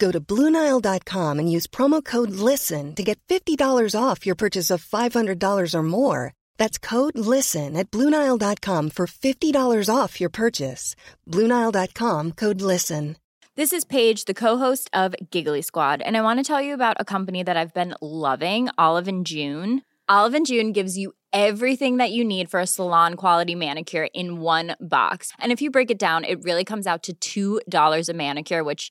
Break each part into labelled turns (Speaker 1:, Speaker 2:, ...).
Speaker 1: Go to Bluenile.com and use promo code LISTEN to get $50 off your purchase of $500 or more. That's code LISTEN at Bluenile.com for $50 off your purchase. Bluenile.com code LISTEN.
Speaker 2: This is Paige, the co-host of Giggly Squad, and I want to tell you about a company that I've been loving, Olive and June. Olive and June gives you everything that you need for a salon quality manicure in one box. And if you break it down, it really comes out to $2 a manicure, which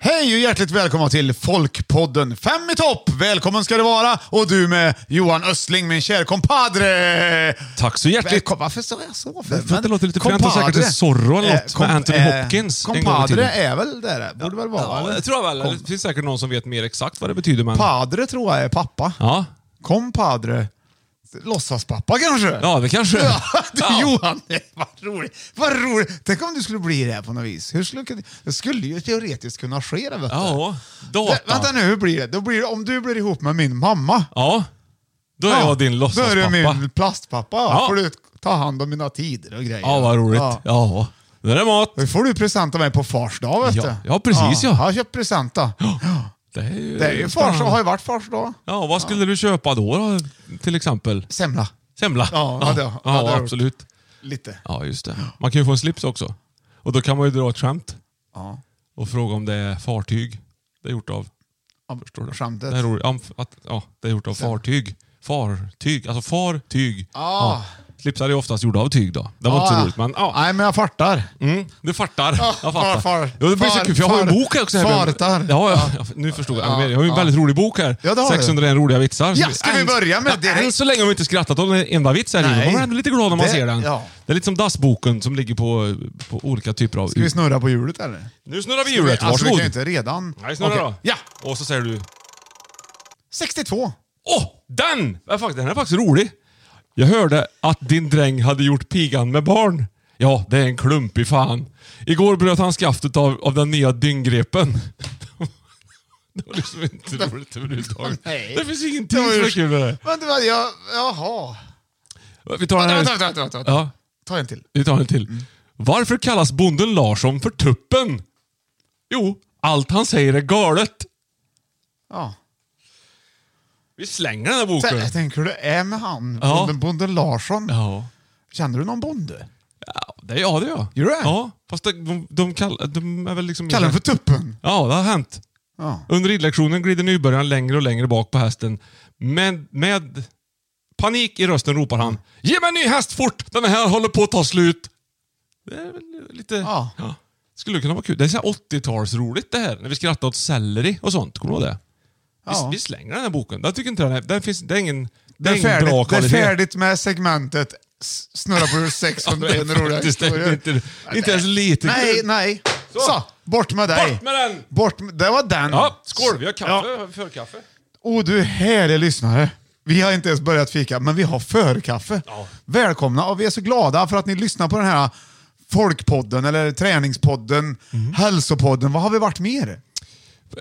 Speaker 3: Hej och hjärtligt välkomna till Folkpodden Fem i topp! Välkommen ska du vara och du med Johan Östling, min kära compadre!
Speaker 4: Tack så hjärtligt!
Speaker 3: Välkom- Varför sa jag så?
Speaker 4: För att det låter lite fränt och säkert är Zorro eller
Speaker 3: Eh,
Speaker 4: något med Anthony Hopkins en gång i
Speaker 3: Compadre
Speaker 4: tiden.
Speaker 3: är väl det där? Borde väl vara?
Speaker 4: Ja,
Speaker 3: eller?
Speaker 4: det tror jag väl. Det finns säkert någon som vet mer exakt vad det betyder, men...
Speaker 3: Padre tror jag är pappa.
Speaker 4: Ja.
Speaker 3: Compadre. Låtsaspappa kanske?
Speaker 4: ja, det kanske...
Speaker 3: Ja, du,
Speaker 4: Ja.
Speaker 3: Johan, vad roligt. Vad roligt. Tänk om du skulle bli det här på något vis. Hur skulle, det skulle ju teoretiskt kunna ske det, vet du.
Speaker 4: Ja,
Speaker 3: Vä-
Speaker 4: data.
Speaker 3: Vänta nu, hur blir det? Då blir det? Om du blir ihop med min mamma.
Speaker 4: Ja. Då är jag din
Speaker 3: Då är du min
Speaker 4: låtsaspappa.
Speaker 3: plastpappa.
Speaker 4: Ja.
Speaker 3: Ja. får du ta hand om mina tider och grejer.
Speaker 4: Ja, vad roligt. Ja. Nu är det mat.
Speaker 3: Då får du present av mig på fars dag, vet
Speaker 4: Ja.
Speaker 3: du.
Speaker 4: Ja, precis, ja.
Speaker 3: Jag har köpt present då.
Speaker 4: Det är ju,
Speaker 3: Det är ju fars,
Speaker 4: spännande.
Speaker 3: har ju varit fars dag.
Speaker 4: Ja, vad skulle du köpa då, då? Till exempel?
Speaker 3: Semla.
Speaker 4: Semla?
Speaker 3: Ja, hade jag-
Speaker 4: ja,
Speaker 3: hade jag gjort.
Speaker 4: absolut.
Speaker 3: Lite.
Speaker 4: Ja, just det. Man kan ju få en slips också. Och då kan man ju dra ett skämt
Speaker 3: Ja.
Speaker 4: och fråga om det är fartyg. Det är gjort av...
Speaker 3: Ja,
Speaker 4: Förstår du?
Speaker 3: Skämtet.
Speaker 4: Det är roligt. Om- att- Ja, det är gjort av fartyg. Fartyg. Alltså fartyg.
Speaker 3: Ah.
Speaker 4: Slipsar är ju oftast gjorda av tyg då. Det var inte
Speaker 3: Ja,
Speaker 4: så
Speaker 3: ja.
Speaker 4: roligt, men ja.
Speaker 3: Nej, men jag fartar.
Speaker 4: Mm, du fartar. jag
Speaker 3: far,
Speaker 4: fattar.
Speaker 3: far,
Speaker 4: jo, det blir så
Speaker 3: far,
Speaker 4: kul, för jag har en
Speaker 3: far.
Speaker 4: bok här också. Här.
Speaker 3: Fartar.
Speaker 4: Ja, ja, nu förstod jag. Jag har ju en
Speaker 3: ja.
Speaker 4: väldigt rolig bok här.
Speaker 3: Ja, det har du.
Speaker 4: 601 roliga vitsar.
Speaker 3: Ja, ska vi
Speaker 4: Än-
Speaker 3: börja med
Speaker 4: Ja,
Speaker 3: direkt?
Speaker 4: Än så länge har vi inte skrattat åt en enda vits här inne.
Speaker 3: Nej.
Speaker 4: Man blir ändå lite glad när man
Speaker 3: Det-
Speaker 4: ser den.
Speaker 3: ja.
Speaker 4: Det är lite som dassboken som ligger på, på olika typer av...
Speaker 3: Ska vi snurra på hjulet eller?
Speaker 4: nu snurrar vi hjulet.
Speaker 3: Alltså, vi
Speaker 4: Varsågod.
Speaker 3: kan ju inte redan...
Speaker 4: Nej, snurra
Speaker 3: Okej.
Speaker 4: då.
Speaker 3: Ja,
Speaker 4: Och så säger du...
Speaker 3: 62.
Speaker 4: Åh, oh, den! är fakt- Den är faktiskt rolig. Jag hörde att din dräng hade gjort pigan med barn. Ja, det är en klumpig fan. Igår bröt han skaftet av, av den nya dynggrepen. det var liksom inte roligt överhuvudtaget.
Speaker 3: Nej.
Speaker 4: Det finns
Speaker 3: Det
Speaker 4: ingenting
Speaker 3: var
Speaker 4: som
Speaker 3: ju-
Speaker 4: är kul med det.
Speaker 3: Vänta, vänta, jag... Jaha.
Speaker 4: Vi tar den
Speaker 3: Vänta,
Speaker 4: här.
Speaker 3: vänta, vänta. vänta, vänta.
Speaker 4: Ja,
Speaker 3: Ta en till.
Speaker 4: vi tar en till. Varför kallas bonden Larsson för tuppen? Jo, allt han säger är galet.
Speaker 3: Ja.
Speaker 4: Vi slänger den här
Speaker 3: Sen,
Speaker 4: boken.
Speaker 3: jag tänker hur det är med han,
Speaker 4: Ja.
Speaker 3: bonden, bonden Larsson.
Speaker 4: Ja.
Speaker 3: Känner du någon bonde?
Speaker 4: Ja, det, ja, det gör jag.
Speaker 3: Gör du det?
Speaker 4: Ja, fast det, de, de, kall, de är väl liksom...
Speaker 3: Kallar den för tuppen?
Speaker 4: Ja, det har hänt.
Speaker 3: Ja.
Speaker 4: Under ridlektionen glider nybörjaren längre och längre bak på hästen. Med, med panik i rösten ropar han Ge mig en ny häst fort! Den här håller på att ta slut! Det är väl lite...
Speaker 3: Ja.
Speaker 4: Skulle kunna vara kul. Det är så här 80-talsroligt det här. När vi skrattar åt selleri och sånt. Kommer du ihåg det?
Speaker 3: Ja.
Speaker 4: Vi, vi slänger den här boken. Jag tycker inte den här... Den finns, det är ingen, det
Speaker 3: Det
Speaker 4: är
Speaker 3: är,
Speaker 4: ingen bra
Speaker 3: färdigt, det är
Speaker 4: kvalitet.
Speaker 3: färdigt med segmentet s- Snurra på hur
Speaker 4: Ja,
Speaker 3: 600
Speaker 4: det är
Speaker 3: roliga
Speaker 4: faktiskt
Speaker 3: historier.
Speaker 4: inte, inte ens lite
Speaker 3: Nej,
Speaker 4: kul.
Speaker 3: nej.
Speaker 4: Så.
Speaker 3: Så. bort med dig.
Speaker 4: Bort med den.
Speaker 3: Bort med, det var den.
Speaker 4: Ja, skål! Vi har kaffe.
Speaker 3: Ja.
Speaker 4: Förkaffe.
Speaker 3: Och du härlig lyssnare. Vi har inte ens börjat fika, men vi har förkaffe.
Speaker 4: Ja.
Speaker 3: Välkomna och vi är så glada för att ni lyssnar på den här
Speaker 4: Mm.
Speaker 3: Folkpodden, eller Träningspodden, Hälsopodden. Vad har vi varit mer?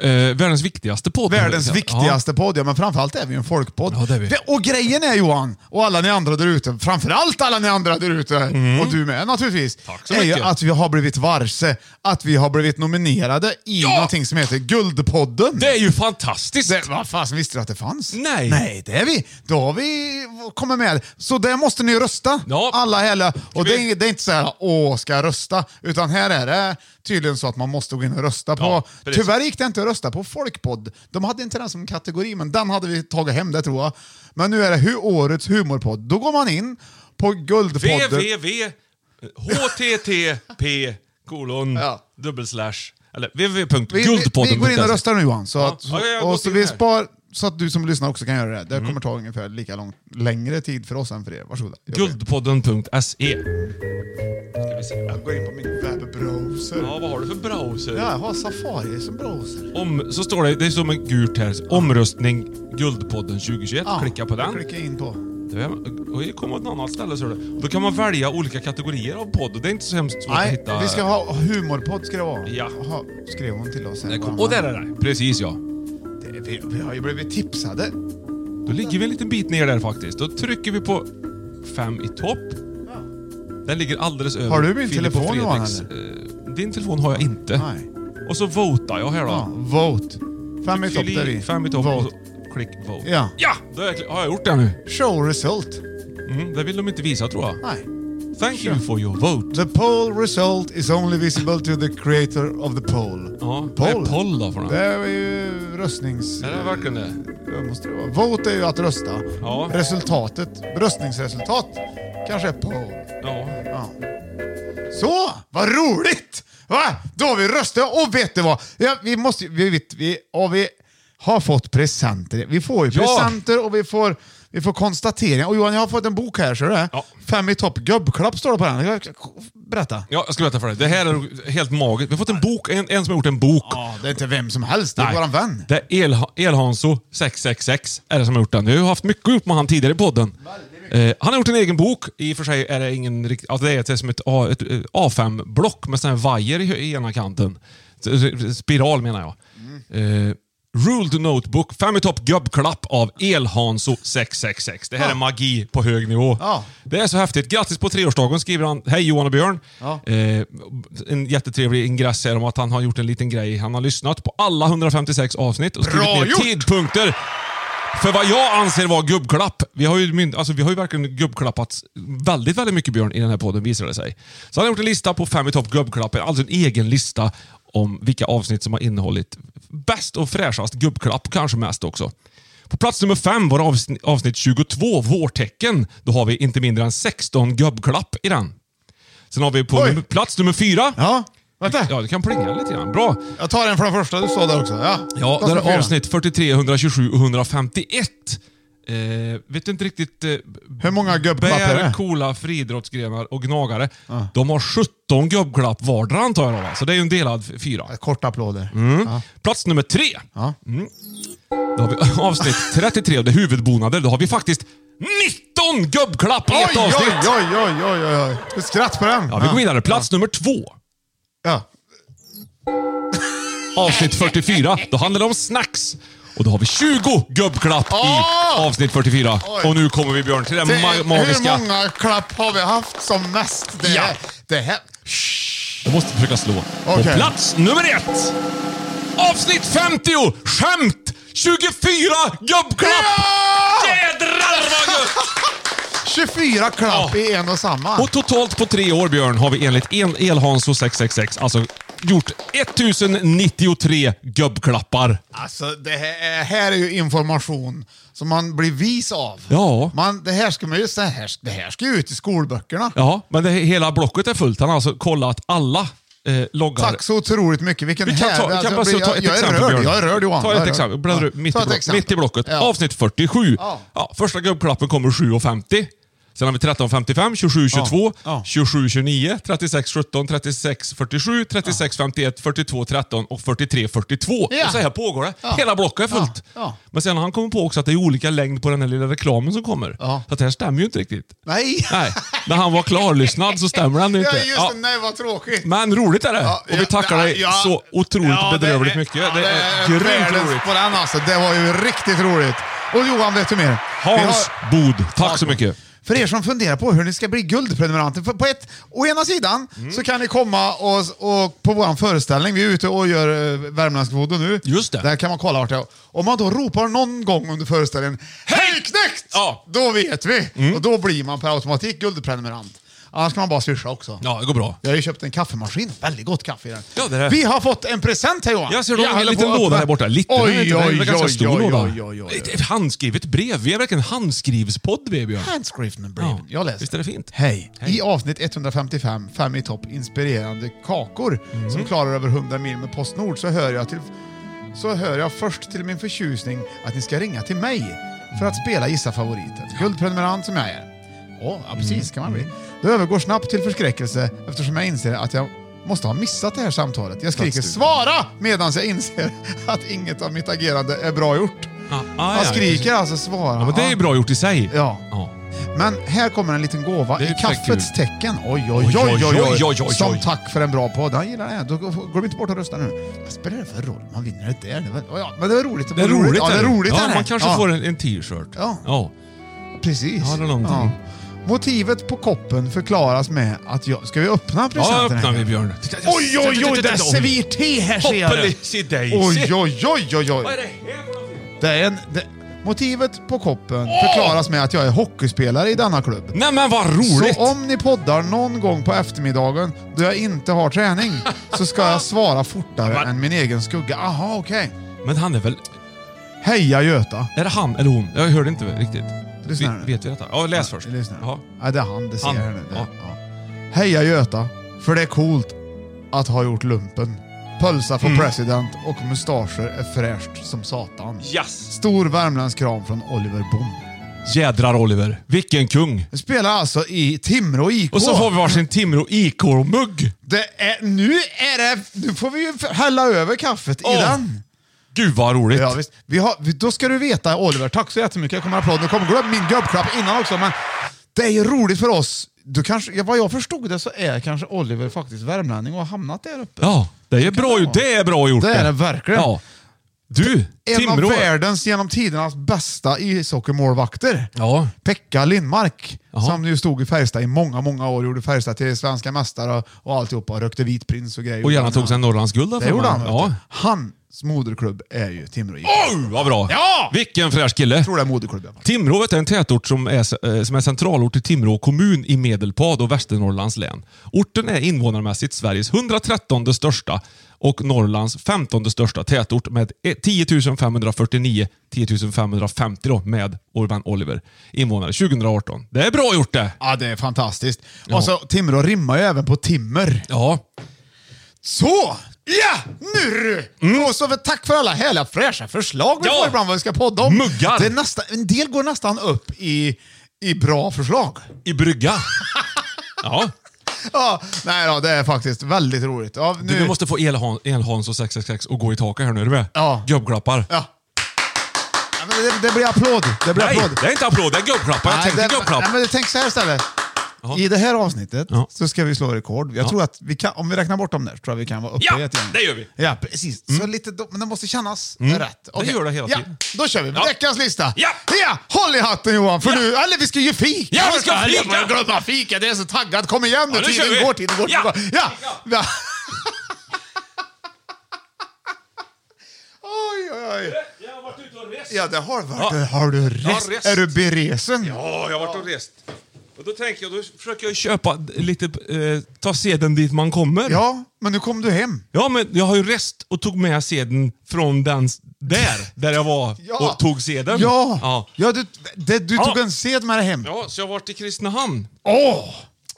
Speaker 4: Eh, världens viktigaste podd.
Speaker 3: Världens
Speaker 4: Ja.
Speaker 3: viktigaste podd, ja men framförallt är vi ju en folkpodd.
Speaker 4: Ja, det är vi.
Speaker 3: Och grejen är Johan, och alla ni andra där ute, framförallt alla ni andra där ute, och du med naturligtvis,
Speaker 4: Mm. Tack så
Speaker 3: är ju
Speaker 4: mycket.
Speaker 3: att vi har blivit varse att vi har blivit nominerade i någonting som heter Guldpodden.
Speaker 4: Det är ju fantastiskt!
Speaker 3: Det, vad fasen, visste du att det fanns?
Speaker 4: Nej.
Speaker 3: Nej, det är vi. Då har vi kommit med. Så där måste ni rösta.
Speaker 4: Ja.
Speaker 3: Alla hela. Och det
Speaker 4: vi-
Speaker 3: är, det är inte så här, åh, ska jag rösta? Utan här är det tydligen så att man måste gå in och rösta på...
Speaker 4: Ja, precis.
Speaker 3: Tyvärr gick det inte att rösta på Folkpodd. De hade inte den som kategori, men den hade vi tagit hem det tror jag. Men nu är det hu årets humorpodd. Då går man in på Guldpodden.
Speaker 4: www. http kolon
Speaker 3: Ja.
Speaker 4: dubbelslash eller
Speaker 3: Vi, vi, vi
Speaker 4: www.guldpodden.se
Speaker 3: går in och röstar nu Johan, så
Speaker 4: Ja.
Speaker 3: att,
Speaker 4: Ja, jag har
Speaker 3: och
Speaker 4: gått
Speaker 3: så
Speaker 4: in
Speaker 3: vi
Speaker 4: här.
Speaker 3: spar, så att du som lyssnar också kan göra det.
Speaker 4: Mm.
Speaker 3: Det kommer ta ungefär lika lång, längre tid för oss än för er. Varsågoda. Jag
Speaker 4: Guldpodden.se. E. Ska vi se.
Speaker 3: Jag går in på min webbrowser.
Speaker 4: Ja, vad har du för browser?
Speaker 3: Ja, jag har Safari som browser.
Speaker 4: Om, så står det, det är som en gult här, omröstning Guldpodden 2021.
Speaker 3: Ja,
Speaker 4: Klicka på den.
Speaker 3: Klicka in på.
Speaker 4: Det är- Oj, kom åt något annat ställe så du. Då kan man välja olika kategorier av podd. Det är inte så hemskt svårt att
Speaker 3: Nej,
Speaker 4: hitta.
Speaker 3: vi ska ha humorpodd ska det vara.
Speaker 4: Ja.
Speaker 3: Jaha, skrev hon till oss. här
Speaker 4: Det
Speaker 3: på
Speaker 4: kom-
Speaker 3: annan.
Speaker 4: Och där är det! Precis ja.
Speaker 3: Det- Vi, vi har ju blivit tipsade.
Speaker 4: Då ligger vi en liten bit ner där faktiskt. Då trycker vi på fem i topp. Den ligger alldeles över
Speaker 3: Har du min
Speaker 4: Filip och
Speaker 3: telefon, Johan,
Speaker 4: Fredriks, eh, Din telefon har jag inte.
Speaker 3: Nej.
Speaker 4: Och så votar jag här då.
Speaker 3: Ja, vote. Fem i topp
Speaker 4: Fyll i
Speaker 3: där vi.
Speaker 4: Fem i topp och
Speaker 3: Vote.
Speaker 4: så klick vote.
Speaker 3: Ja.
Speaker 4: ja då är jag, klar. har jag gjort det nu.
Speaker 3: Show result.
Speaker 4: Mm, det vill de inte visa tror jag.
Speaker 3: Nej.
Speaker 4: Thank you for your vote.
Speaker 3: The poll result is only visible to the creator of the poll.
Speaker 4: Ja, vad är poll då för något?
Speaker 3: Det är ju röstnings...
Speaker 4: Är det verkligen det?
Speaker 3: Det måste det vara. Vote är ju att rösta.
Speaker 4: Ja.
Speaker 3: Resultatet, röstningsresultat, kanske är poll.
Speaker 4: Ja.
Speaker 3: Ja. Så, vad roligt! Va? Då har vi röstat och vet du vad? Ja, vi måste vi, vet, vi, och vi har fått presenter. Vi får ju
Speaker 4: Ja.
Speaker 3: presenter och vi får, vi får konstateringar. Och Johan, jag har fått en bok här, ser du det?
Speaker 4: Ja.
Speaker 3: Fem i topp gubbklapp står det på den. Jag- Berätta.
Speaker 4: ja, jag ska berätta för dig. Det här är helt magiskt. Vi har fått en bok, en, en som har gjort en bok.
Speaker 3: Ja, det är inte vem som helst, det är
Speaker 4: Nej.
Speaker 3: våran vän.
Speaker 4: Det är El- Elhanso 666 är det som har gjort den. Vi har haft mycket upp med han tidigare i podden. Eh, han har gjort en egen bok. I och för sig är det ingen riktig... Alltså det är ett, som ett, A, ett eh, A5-block med sån här vajer i, hö- i ena kanten. S- Spiral menar jag.
Speaker 3: Mm.
Speaker 4: Eh, Ruled Notebook, fem i topp gubbklapp av Elhanso 666. Det här
Speaker 3: Ja.
Speaker 4: är magi på hög nivå.
Speaker 3: Ja.
Speaker 4: Det är så häftigt. Grattis på treårsdagen skriver han. Hej Johan och Björn.
Speaker 3: Ja.
Speaker 4: Eh, en jättetrevlig ingress här om att han har gjort en liten grej. Han har lyssnat på alla 156 avsnitt och skrivit
Speaker 3: Bra
Speaker 4: ner
Speaker 3: gjort!
Speaker 4: tidpunkter för vad jag anser vara gubbklapp. Vi har ju, mynd- alltså, vi har ju verkligen gubbklappat väldigt, väldigt mycket Björn i den här podden visar det sig. Så han har gjort en lista på fem i topp gubbklapp, alltså en egen lista om vilka avsnitt som har innehållit bäst och fräschast gubbklapp, kanske mest också. På plats nummer fem var avsnitt, avsnitt 22, Vårtecken. Då har vi inte mindre än 16 gubbklapp i den. Sen har vi på
Speaker 3: Oj.
Speaker 4: nummer, plats nummer fyra.
Speaker 3: Ja, vänta.
Speaker 4: Ja, det kan plinga lite grann. Bra.
Speaker 3: Jag tar den från första du sa där också. Ja,
Speaker 4: Ja,
Speaker 3: Plats
Speaker 4: där
Speaker 3: nummer
Speaker 4: är
Speaker 3: fyra.
Speaker 4: avsnitt 43, 127 och 151. Eh, vet inte riktigt... Eh,
Speaker 3: Hur många gubbklapp är
Speaker 4: bär,
Speaker 3: det?
Speaker 4: coola, friidrottsgrenar och gnagare. De har 17 gubbklapp vardera antar jag då, va? Så det är ju en delad f- fyra.
Speaker 3: Korta applåder.
Speaker 4: Mm.
Speaker 3: Ja.
Speaker 4: Plats nummer tre.
Speaker 3: Ja.
Speaker 4: Mm. Då har vi avsnitt 33, det är huvudbonader. Då har vi faktiskt 19 gubbklapp i
Speaker 3: Oj,
Speaker 4: ett
Speaker 3: oj,
Speaker 4: avsnitt!
Speaker 3: oj, oj, oj, oj, oj. Skratt på den.
Speaker 4: Ja, vi går vidare. Plats nummer två.
Speaker 3: Ja.
Speaker 4: avsnitt 44. Då handlar det om snacks. Och då har vi 20 gubbklapp i
Speaker 3: Åh!
Speaker 4: avsnitt 44.
Speaker 3: Ah! Oj.
Speaker 4: Och nu kommer vi Björn till det,
Speaker 3: Det
Speaker 4: ma-
Speaker 3: är,
Speaker 4: magiska.
Speaker 3: Hur många klapp har vi haft som mest? Det,
Speaker 4: Ja.
Speaker 3: här- det här...
Speaker 4: Jag måste försöka slå. På
Speaker 3: Okej.
Speaker 4: plats nummer ett. Avsnitt 50. Skämt! 24 gubbklapp!
Speaker 3: Ja!
Speaker 4: Jädrar vad gött!
Speaker 3: 24 klapp
Speaker 4: Ja.
Speaker 3: i en och samma.
Speaker 4: Och totalt på tre år Björn har vi enligt en Elhanso 666 alltså gjort 1093 gubbklappar.
Speaker 3: Alltså, det här, är- här är ju information som man blir vis av.
Speaker 4: Ja.
Speaker 3: Man, det här ska man ju... så Här, det här ska ju ut i skolböckerna.
Speaker 4: Ja, men det, hela blocket är fullt. Han har alltså kollat alla eh, loggar.
Speaker 3: Tack så otroligt mycket. Vilken
Speaker 4: Vi kan ta,
Speaker 3: härlig-
Speaker 4: vi kan
Speaker 3: alltså,
Speaker 4: bara
Speaker 3: blir-
Speaker 4: se- ta ett
Speaker 3: jag, jag
Speaker 4: exempel,
Speaker 3: är rörd,
Speaker 4: Björn.
Speaker 3: jag är rörd Johan.
Speaker 4: Ta
Speaker 3: Jag
Speaker 4: ett
Speaker 3: är rörd.
Speaker 4: exempel. Bläddra
Speaker 3: Ja.
Speaker 4: upp mitt,
Speaker 3: Ta
Speaker 4: i
Speaker 3: ett
Speaker 4: block,
Speaker 3: exempel.
Speaker 4: mitt i blocket.
Speaker 3: Ja.
Speaker 4: Avsnitt 47.
Speaker 3: Ja.
Speaker 4: Ja, första gubbklappen kommer 7.50. Sen har vi 13.55, 27.22,
Speaker 3: Ja.
Speaker 4: 27.29, 36.17, 36.47, 36.51, 42.13 och 43.42.
Speaker 3: Ja.
Speaker 4: Och så här pågår det.
Speaker 3: Ja.
Speaker 4: Hela blocket är fullt.
Speaker 3: Ja. Ja.
Speaker 4: Men sen har han kommit på också att det är olika längd på den här lilla reklamen som kommer.
Speaker 3: Ja.
Speaker 4: Så att det här stämmer ju inte riktigt.
Speaker 3: Nej!
Speaker 4: Nej, när han var klarlyssnad så stämmer den ju
Speaker 3: Ja,
Speaker 4: inte.
Speaker 3: just
Speaker 4: Ja.
Speaker 3: det. Nej, vad tråkigt.
Speaker 4: Men roligt är det.
Speaker 3: Ja,
Speaker 4: och vi
Speaker 3: ja,
Speaker 4: tackar
Speaker 3: det-
Speaker 4: dig
Speaker 3: ja.
Speaker 4: så otroligt
Speaker 3: Ja,
Speaker 4: bedrövligt
Speaker 3: det-
Speaker 4: mycket.
Speaker 3: ja,
Speaker 4: det är grymt
Speaker 3: världens
Speaker 4: roligt.
Speaker 3: på den alltså. Det var ju riktigt roligt. Och Johan, vet du mer? Vi
Speaker 4: Hans
Speaker 3: har-
Speaker 4: Bod, tack så mycket.
Speaker 3: För er som funderar på hur ni ska bli guldprenumeranter. För på ett, å ena sidan
Speaker 4: Mm.
Speaker 3: så kan ni komma och, och på vår föreställning, vi är ute och gör uh, Värmlandsgvoden nu.
Speaker 4: Just det.
Speaker 3: Där kan man kolla vart det är. Om man då ropar någon gång under föreställningen Hej knekt!
Speaker 4: Ja. Mm.
Speaker 3: Då vet vi. Och då blir man per automatik guldprenumerant. Annars kan man bara swisha också.
Speaker 4: Ja, det går bra.
Speaker 3: Jag har ju köpt en kaffemaskin. Väldigt gott kaffe i den.
Speaker 4: Ja, det är det.
Speaker 3: Vi har fått en present här Johan.
Speaker 4: Jag ser du har en
Speaker 3: håller
Speaker 4: liten
Speaker 3: på att
Speaker 4: låda
Speaker 3: öppna.
Speaker 4: här borta. Liten, jag vet
Speaker 3: Oj,
Speaker 4: inte, det är
Speaker 3: oj,
Speaker 4: en
Speaker 3: oj,
Speaker 4: ganska
Speaker 3: oj,
Speaker 4: stor
Speaker 3: oj,
Speaker 4: låda.
Speaker 3: oj, oj, oj.
Speaker 4: Ett- Ett handskrivet brev. Vi är verkligen en handskrivspodd, vi är, Björn.
Speaker 3: Handskriften brev.
Speaker 4: Ja,
Speaker 3: Jag läser.
Speaker 4: visst är det fint?
Speaker 3: Hej.
Speaker 4: Hej.
Speaker 3: I avsnitt 155, Fem i topp, inspirerande kakor
Speaker 4: Mm.
Speaker 3: som klarar över 100 mil med Postnord så hör jag till så hör jag först till min förtjusning att ni ska ringa till mig för att spela Gissa favoriten. Guldprenumerant som jag är. Åh, ja,
Speaker 4: Mm,
Speaker 3: precis kan man bli. Det övergår snabbt till förskräckelse eftersom jag inser att jag måste ha missat det här samtalet. Jag skriker svara medan jag inser att inget av mitt agerande är bra gjort.
Speaker 4: Ah, ah,
Speaker 3: Han
Speaker 4: ja,
Speaker 3: skriker alltså svara.
Speaker 4: Ja, men det är ju bra gjort i sig.
Speaker 3: Ja.
Speaker 4: Ja.
Speaker 3: Men här kommer en liten gåva
Speaker 4: Det är
Speaker 3: i
Speaker 4: exakt
Speaker 3: kaffets
Speaker 4: kul.
Speaker 3: tecken. Oj oj oj oj, oj, oj,
Speaker 4: oj, oj.
Speaker 3: Som tack för en bra podd. Han gillar det. här. Då går vi inte bort och röstar nu. Vad spelar det för roll? Man vinner det där. Det var, ja, men det var roligt.
Speaker 4: Det är roligt.
Speaker 3: Ja, det är roligt.
Speaker 4: ja,
Speaker 3: det.
Speaker 4: man kanske
Speaker 3: ja,
Speaker 4: får en, en t-shirt.
Speaker 3: Ja.
Speaker 4: ja.
Speaker 3: Precis.
Speaker 4: Ja, det är någonting.
Speaker 3: Motivet på koppen förklaras med att jag... Ska vi öppna presenten?
Speaker 4: Ja, öppnar
Speaker 3: här?
Speaker 4: vi Björn.
Speaker 3: Oj, oj, oj! Det är sevir här ser jag det.
Speaker 4: Hoppelici daisy.
Speaker 3: Oj, oj, oj, oj,
Speaker 4: Vad är
Speaker 3: oj.
Speaker 4: det här för någonting?
Speaker 3: Det är en... Det, motivet på koppen förklaras med att jag är hockeyspelare i denna klubb.
Speaker 4: Nej men vad roligt!
Speaker 3: Så om ni poddar någon gång på eftermiddagen då jag inte har träning så ska jag svara fortare
Speaker 4: Men-
Speaker 3: än min egen skugga. Aha, okej.
Speaker 4: Men han är väl...
Speaker 3: Heja Göta.
Speaker 4: Är det han eller hon? Jag hörde inte riktigt.
Speaker 3: Lyssna här
Speaker 4: Vi-
Speaker 3: nu.
Speaker 4: Vet vi detta? Ja, läs först.
Speaker 3: Lyssna.
Speaker 4: Ja.
Speaker 3: Ja, det är han, det ser
Speaker 4: Han.
Speaker 3: jag här nu. Det,
Speaker 4: Ja.
Speaker 3: ja. Heja Göta, för det är coolt att ha gjort lumpen. Pölsa
Speaker 4: Mm.
Speaker 3: för president och mustascher är fräscht som satan.
Speaker 4: Yes!
Speaker 3: Stor värmlandskram från Oliver Bom.
Speaker 4: Jädrar Oliver, vilken kung!
Speaker 3: Vi spelar alltså i Timrå IK.
Speaker 4: Och så får vi varsin Timrå IK-mugg!
Speaker 3: det är, nu är det... Nu får vi ju hälla över kaffet i
Speaker 4: Åh.
Speaker 3: den.
Speaker 4: Gud vad roligt!
Speaker 3: Ja, visst. Vi har, vi, då ska du veta, Oliver, tack så jättemycket. Jag kommer applåd. Nu kommer glöm min gubbklapp innan också, men det är ju roligt för oss. Du kanske, ja, vad jag förstod det så är kanske Oliver faktiskt värmlänning och har hamnat där uppe.
Speaker 4: Ja, det är bra ju. Det är bra gjort
Speaker 3: Det är det verkligen.
Speaker 4: Ja. Du,
Speaker 3: en
Speaker 4: Timrå.
Speaker 3: av världens genom tidernas bästa ishockeymålvakter.
Speaker 4: Ja.
Speaker 3: Pekka Lindmark,
Speaker 4: Jaha.
Speaker 3: som ju stod i Färjestad i många, många år. Gjorde Färjestad till svenska mästare och, och alltihopa. Rökte vit prins och grejer.
Speaker 4: Och gärna tog sig en Norrlandsguld där
Speaker 3: Det gjorde han. vet
Speaker 4: Ja.
Speaker 3: du. Hans moderklubb är ju Timrå IK.
Speaker 4: Oh, vad bra!
Speaker 3: Ja!
Speaker 4: Vilken fräsch kille!
Speaker 3: Jag tror det är moderklubb. i alla fall.
Speaker 4: Timrå vet du, är en tätort som är, eh, som är centralort i Timrå kommun i Medelpad och Västernorrlands län. Orten är invånarmässigt Sveriges 113 största och Norrlands 15 största tätort med eh, 10 549, 10 550 då, med Orban Oliver invånare 2018. Det är bra gjort det!
Speaker 3: Ja, det är fantastiskt. Och så Timrå rimmar ju även på timmer.
Speaker 4: Ja,
Speaker 3: Så! Ja! Nu du! Och så för, tack för alla härliga fräscha förslag vi
Speaker 4: Mm. Ja.
Speaker 3: får ibland vad vi ska podda om.
Speaker 4: Muggar.
Speaker 3: Det är nästa, en del går nästan upp i, i bra förslag.
Speaker 4: i brygga. Ja,
Speaker 3: Ja, nej då, det är faktiskt väldigt roligt. Ja, nu,
Speaker 4: du, vi måste få Elhan- Elhans och 666 att gå i taket här nu, är du med?
Speaker 3: Ja.
Speaker 4: Gubbklappar.
Speaker 3: ja. Ja, men det, det blir applåd. Det blir
Speaker 4: Nej,
Speaker 3: applåd.
Speaker 4: det är inte applåd, det är gubbklappar. Jag
Speaker 3: Nej,
Speaker 4: tänkte
Speaker 3: det,
Speaker 4: gubbklapp.
Speaker 3: nej, men tänk så här istället.
Speaker 4: Ja.
Speaker 3: I det här avsnittet
Speaker 4: Ja.
Speaker 3: så ska vi slå rekord. Jag tror att vi kan, om vi räknar bort dem där, tror jag vi kan vara uppe
Speaker 4: Ja,
Speaker 3: i ett gäng.
Speaker 4: det gör vi.
Speaker 3: Ja, precis. Så lite, då- men det måste kännas rätt. Okej.
Speaker 4: gör det hela
Speaker 3: ja,
Speaker 4: tiden.
Speaker 3: Då kör vi.
Speaker 4: Ja.
Speaker 3: Veckans lista.
Speaker 4: Ja.
Speaker 3: ja! Håll i hatten Johan, för
Speaker 4: Ja.
Speaker 3: nu... Eller vi ska ju fika!
Speaker 4: Ja, vi ska
Speaker 3: Herregud,
Speaker 4: fika.
Speaker 3: Jag glömmer fika, det är så taggat. Kom igen nu,
Speaker 4: Ja, nu kör
Speaker 3: tiden
Speaker 4: vi.
Speaker 3: går, tiden går.
Speaker 4: Ja.
Speaker 3: Tiden går. ja. ja. oj, oj, oj.
Speaker 4: Jag har varit ute och rest.
Speaker 3: Ja, det har varit.
Speaker 4: Ja.
Speaker 3: Har du rest?
Speaker 4: rest.
Speaker 3: Är du beresen?
Speaker 4: Ja, jag har varit och rest. Och då tänker jag, då försöker jag köpa lite, eh, ta seden dit man kommer.
Speaker 3: Ja, men nu kom du hem.
Speaker 4: Ja, men jag har ju rest och tog med seden från den s- där, där jag var
Speaker 3: Ja.
Speaker 4: och tog seden.
Speaker 3: Ja!
Speaker 4: ja.
Speaker 3: ja. du, det, du
Speaker 4: Ja.
Speaker 3: tog en sed med dig hem.
Speaker 4: Ja, så jag har varit i Kristinehamn.
Speaker 3: Åh!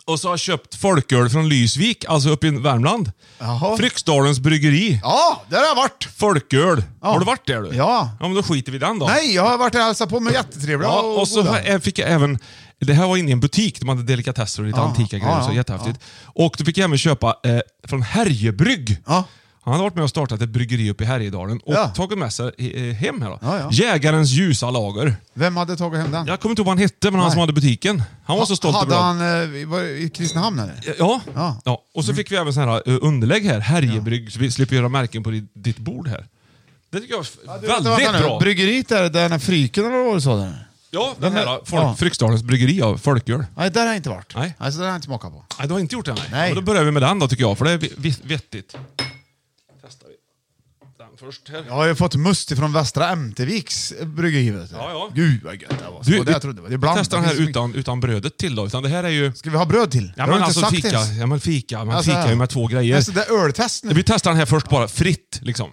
Speaker 4: Och så har jag köpt folköl från Lysvik, alltså uppe i Värmland.
Speaker 3: Jaha.
Speaker 4: Fryksdalens bryggeri.
Speaker 3: Ja, där har jag varit!
Speaker 4: Folköl. Har du varit där du?
Speaker 3: Ja.
Speaker 4: Ja, men då skiter vi i den då.
Speaker 3: Nej, jag har varit där och hälsat på med jättetrevliga
Speaker 4: Ja, och så
Speaker 3: goda.
Speaker 4: fa- fick jag även... Det här var inne i en butik, de hade delikatesser och lite antika grejer.
Speaker 3: ja,
Speaker 4: så
Speaker 3: ja,
Speaker 4: jättehäftigt. Och då fick jag även köpa eh, från Härjebrygg.
Speaker 3: Ja.
Speaker 4: Han hade varit med och startat ett bryggeri uppe i Härjedalen och
Speaker 3: Ja.
Speaker 4: tagit med sig eh, hem här då.
Speaker 3: Ja, ja.
Speaker 4: Jägarens ljusa lager.
Speaker 3: Vem hade tagit hem den?
Speaker 4: Jag kommer inte ihåg vad han hette, men han
Speaker 3: Nej.
Speaker 4: som hade butiken. Han var så stolt
Speaker 3: Hade
Speaker 4: över Eh,
Speaker 3: han eh, var det i Kristinehamn eller?
Speaker 4: Ja. ja.
Speaker 3: Ja. Mm.
Speaker 4: Och så fick vi även sådana här eh, underlägg här, Härjebrygg, så vi slipper göra märken på di- ditt bord här. Det tycker jag är
Speaker 3: Du, vänta,
Speaker 4: väldigt
Speaker 3: vänta nu.
Speaker 4: bra.
Speaker 3: Bryggeriet där, där den fryken eller vad du sa där?
Speaker 4: ja, den här
Speaker 3: Ja.
Speaker 4: folk, Fryksdalens bryggeri av folköl.
Speaker 3: Nej, där har jag inte varit.
Speaker 4: Nej.
Speaker 3: Alltså, där har jag inte smakat på.
Speaker 4: Nej, du har inte gjort det? Nej.
Speaker 3: Nej.
Speaker 4: Ja, men då börjar vi med den då tycker jag, för det är vi- vi- vettigt. Testar vi den först här.
Speaker 3: Jag har ju fått must ifrån Västra Ämterviks bryggeri. vet du.
Speaker 4: Ja, ja.
Speaker 3: Gud vad gött det var.
Speaker 4: Du,
Speaker 3: Och det
Speaker 4: vi
Speaker 3: jag trodde var. Det är bland-
Speaker 4: testar den
Speaker 3: det
Speaker 4: här
Speaker 3: finns så mycket-
Speaker 4: utan, utan brödet till då, utan det här är ju...
Speaker 3: Ska vi ha bröd till?
Speaker 4: Ja
Speaker 3: Jag har
Speaker 4: men
Speaker 3: inte
Speaker 4: alltså
Speaker 3: sagt
Speaker 4: fika,
Speaker 3: ens.
Speaker 4: ja, men fika, man
Speaker 3: Alltså,
Speaker 4: fikar ju med två grejer.
Speaker 3: Alltså, det är öltest nu.
Speaker 4: Vi testar den här först bara, fritt liksom.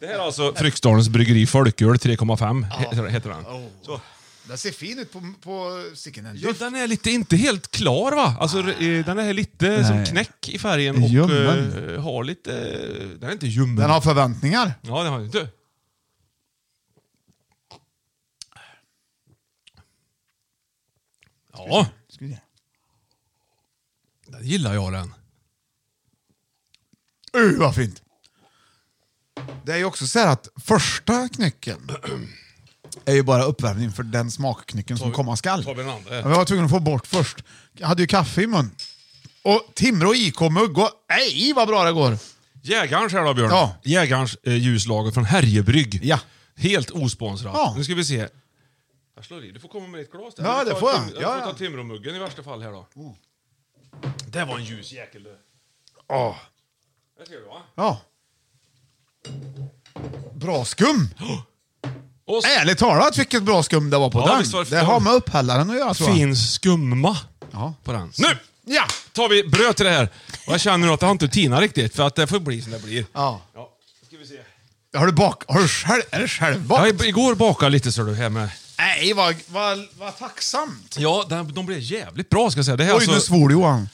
Speaker 4: Det här är alltså Fryksdalens bryggeri folköl 3,5 he- heter den.
Speaker 3: Oh.
Speaker 4: Så.
Speaker 3: Den ser fin ut på, på sticken. Den
Speaker 4: Ja,
Speaker 3: duft-
Speaker 4: den är lite inte helt klar va? Alltså, eh, den är lite som knäck i färgen och
Speaker 3: Ljummen.
Speaker 4: eh, har lite... eh, Den är inte ljummen.
Speaker 3: Den har förväntningar.
Speaker 4: Ja, den har den inte. Ja,
Speaker 3: Ska vi se.
Speaker 4: den gillar jag den.
Speaker 3: Uh, vad fint! Det är ju också så här att första knycken är ju bara uppvärmning för den smakknycken som
Speaker 4: vi-
Speaker 3: komma skall.
Speaker 4: tar vi den andra?
Speaker 3: Ja, Jag var tvungen att få bort först. Jag hade ju kaffe i mun. Och Timrå IK-mugg och... Ej, vad bra det går!
Speaker 4: Jägarens här då Björn.
Speaker 3: Ja.
Speaker 4: Jägarens eh, ljuslager från Härjebrygg.
Speaker 3: Ja.
Speaker 4: Helt osponsrat.
Speaker 3: Ja.
Speaker 4: Nu ska vi se. Jag slår i. Du får komma med ett glas där.
Speaker 3: Ja,
Speaker 4: Du
Speaker 3: det
Speaker 4: tar
Speaker 3: får jag.
Speaker 4: tim-
Speaker 3: Ja,
Speaker 4: du får
Speaker 3: ja. Mm.
Speaker 4: ta Timråmuggen i värsta fall här då. Det var en ljus jäkel du.
Speaker 3: Ja.
Speaker 4: Där ser du va?
Speaker 3: ja. Bra skum!
Speaker 4: Och så
Speaker 3: Ärligt talat vilket bra skum det var på
Speaker 4: Ja, visst var
Speaker 3: den.
Speaker 4: det
Speaker 3: Det har med upphällaren att göra tror jag.
Speaker 4: finns skumma
Speaker 3: Ja.
Speaker 4: på den. Nu
Speaker 3: Ja!
Speaker 4: tar vi bröd till det här. Och jag känner nog att det har inte tinat riktigt för att det får bli som det blir.
Speaker 3: ja.
Speaker 4: Ja, ska vi se.
Speaker 3: Har du bak... Har du själv... Är det självbakt?
Speaker 4: Ja, i- igår bakade lite så du här med.
Speaker 3: Nej, vad, vad, vad tacksamt!
Speaker 4: Ja, den- de blev jävligt bra ska jag säga. Det här
Speaker 3: Oj, nu svor du Johan.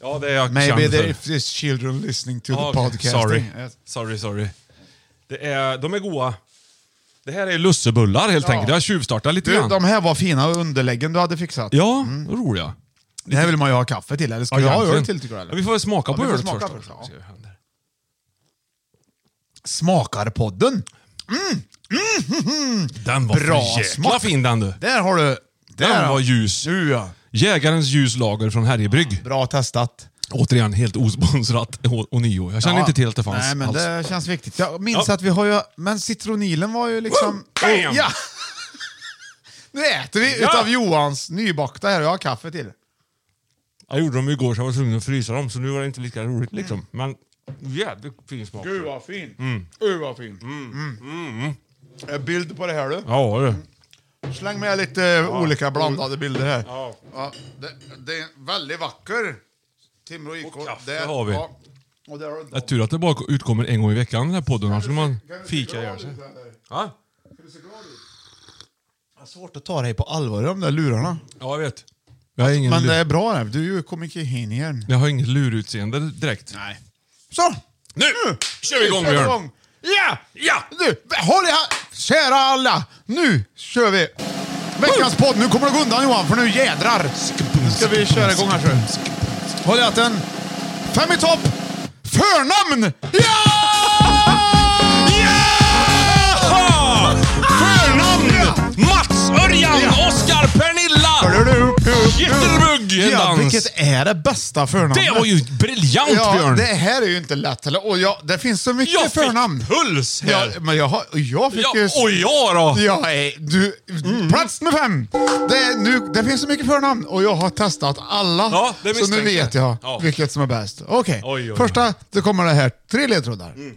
Speaker 4: Ja, det är jag
Speaker 3: Maybe
Speaker 4: känd
Speaker 3: there
Speaker 4: alltså- för.
Speaker 3: if there's children listening to
Speaker 4: Ja,
Speaker 3: the
Speaker 4: okej.
Speaker 3: podcast.
Speaker 4: Sorry.
Speaker 3: Yes.
Speaker 4: sorry, sorry. Det är, de är goda. Det här är lussebullar helt
Speaker 3: Ja.
Speaker 4: enkelt. Jag tjuvstartar lite
Speaker 3: Du,
Speaker 4: grann.
Speaker 3: de här var fina underläggen du hade fixat.
Speaker 4: Ja, roliga.
Speaker 3: Det här vill man ju ha kaffe till, eller ska jag ha
Speaker 4: egentligen.
Speaker 3: öl till tycker du?
Speaker 4: Ja,
Speaker 3: Eller?
Speaker 4: vi får väl smaka
Speaker 3: Ja,
Speaker 4: på
Speaker 3: vi får
Speaker 4: ölet
Speaker 3: smaka
Speaker 4: först.
Speaker 3: först,
Speaker 4: då. Ska
Speaker 3: ja.
Speaker 4: vi se hur det händer.
Speaker 3: Smakarpodden!
Speaker 4: Den var
Speaker 3: Bra
Speaker 4: för jäkla
Speaker 3: smak.
Speaker 4: fin den du.
Speaker 3: Där har du... Där
Speaker 4: Den
Speaker 3: har-
Speaker 4: var ljus.
Speaker 3: Nu ja.
Speaker 4: Jägarens ljuslager från Härjebrygg.
Speaker 3: Bra testat.
Speaker 4: Återigen helt osponsrat å- ånio. Jag känner
Speaker 3: Ja.
Speaker 4: inte till att det fanns
Speaker 3: Nej, men
Speaker 4: alls.
Speaker 3: det känns viktigt. Jag minns
Speaker 4: Ja.
Speaker 3: att vi har ju... Men citronilen var ju liksom...
Speaker 4: Woo! Bam!
Speaker 3: ja! nu äter vi
Speaker 4: Ja.
Speaker 3: utav Johans nybakta här och jag har kaffe till.
Speaker 4: Jag gjorde dem igår så jag var tvungen att frysa dem, så nu var det inte lika roligt liksom. Men jävligt fin smak.
Speaker 3: Mm. Gud vad fin! Gud vad fin! Mm. Eh, Bild på det här du.
Speaker 4: Ja, du.
Speaker 3: Släng med lite eh, olika blandade bilder här. Ja, det, det är en väldigt vacker Timrå IK.
Speaker 4: Och kaffe
Speaker 3: Där-
Speaker 4: har vi.
Speaker 3: Ja, och där har du
Speaker 4: Det är tur att det bara utkommer en gång i veckan den här podden, annars skulle man fika ihjäl sig. Ja,
Speaker 3: Det är svårt att ta dig på allvar i de där lurarna.
Speaker 4: ja jag vet. Jag har, ingen
Speaker 3: Alltså, Men
Speaker 4: lur-
Speaker 3: det är bra det. Du är ju komikihiniern.
Speaker 4: jag har inget lurutseende direkt.
Speaker 3: Nej. Så!
Speaker 4: Nu kör vi igång Björn!
Speaker 3: Ja!
Speaker 4: Ja!
Speaker 3: Nu! Håll i hand! Kära alla! Nu kör vi! Veckans podd. Nu kommer det gå undan Johan, för nu jädrar Nu ska vi köra igång här. tror jag. Håll i hatten. Fem i topp! Förnamn! Ja!
Speaker 4: Ah! Förnamn!
Speaker 3: Ja!
Speaker 4: Mats, Örjan,
Speaker 3: Ja.
Speaker 4: Oskar, Pernilla! Jitterbug, en
Speaker 3: Ja,
Speaker 4: dans.
Speaker 3: vilket är det bästa förnamnet?
Speaker 4: Det var ju briljant
Speaker 3: Ja,
Speaker 4: Björn!
Speaker 3: det här är ju inte lätt heller. Och ja, det finns så mycket
Speaker 4: Jag fick
Speaker 3: förnamn.
Speaker 4: puls
Speaker 3: Ja,
Speaker 4: här!
Speaker 3: men jag, har, jag fick
Speaker 4: Ja,
Speaker 3: ju...
Speaker 4: och jag då?
Speaker 3: Ja, eh, du,
Speaker 4: Mm.
Speaker 3: plats nummer fem! Det, är nu, det finns så mycket förnamn och jag har testat alla,
Speaker 4: Ja, det
Speaker 3: så nu
Speaker 4: misstänkte
Speaker 3: vet
Speaker 4: jag.
Speaker 3: jag
Speaker 4: Ja.
Speaker 3: vilket som är bäst. Okej,
Speaker 4: Oj, oj, Mm. oj.
Speaker 3: första, då kommer det här. Tre ledtrådar. Mm.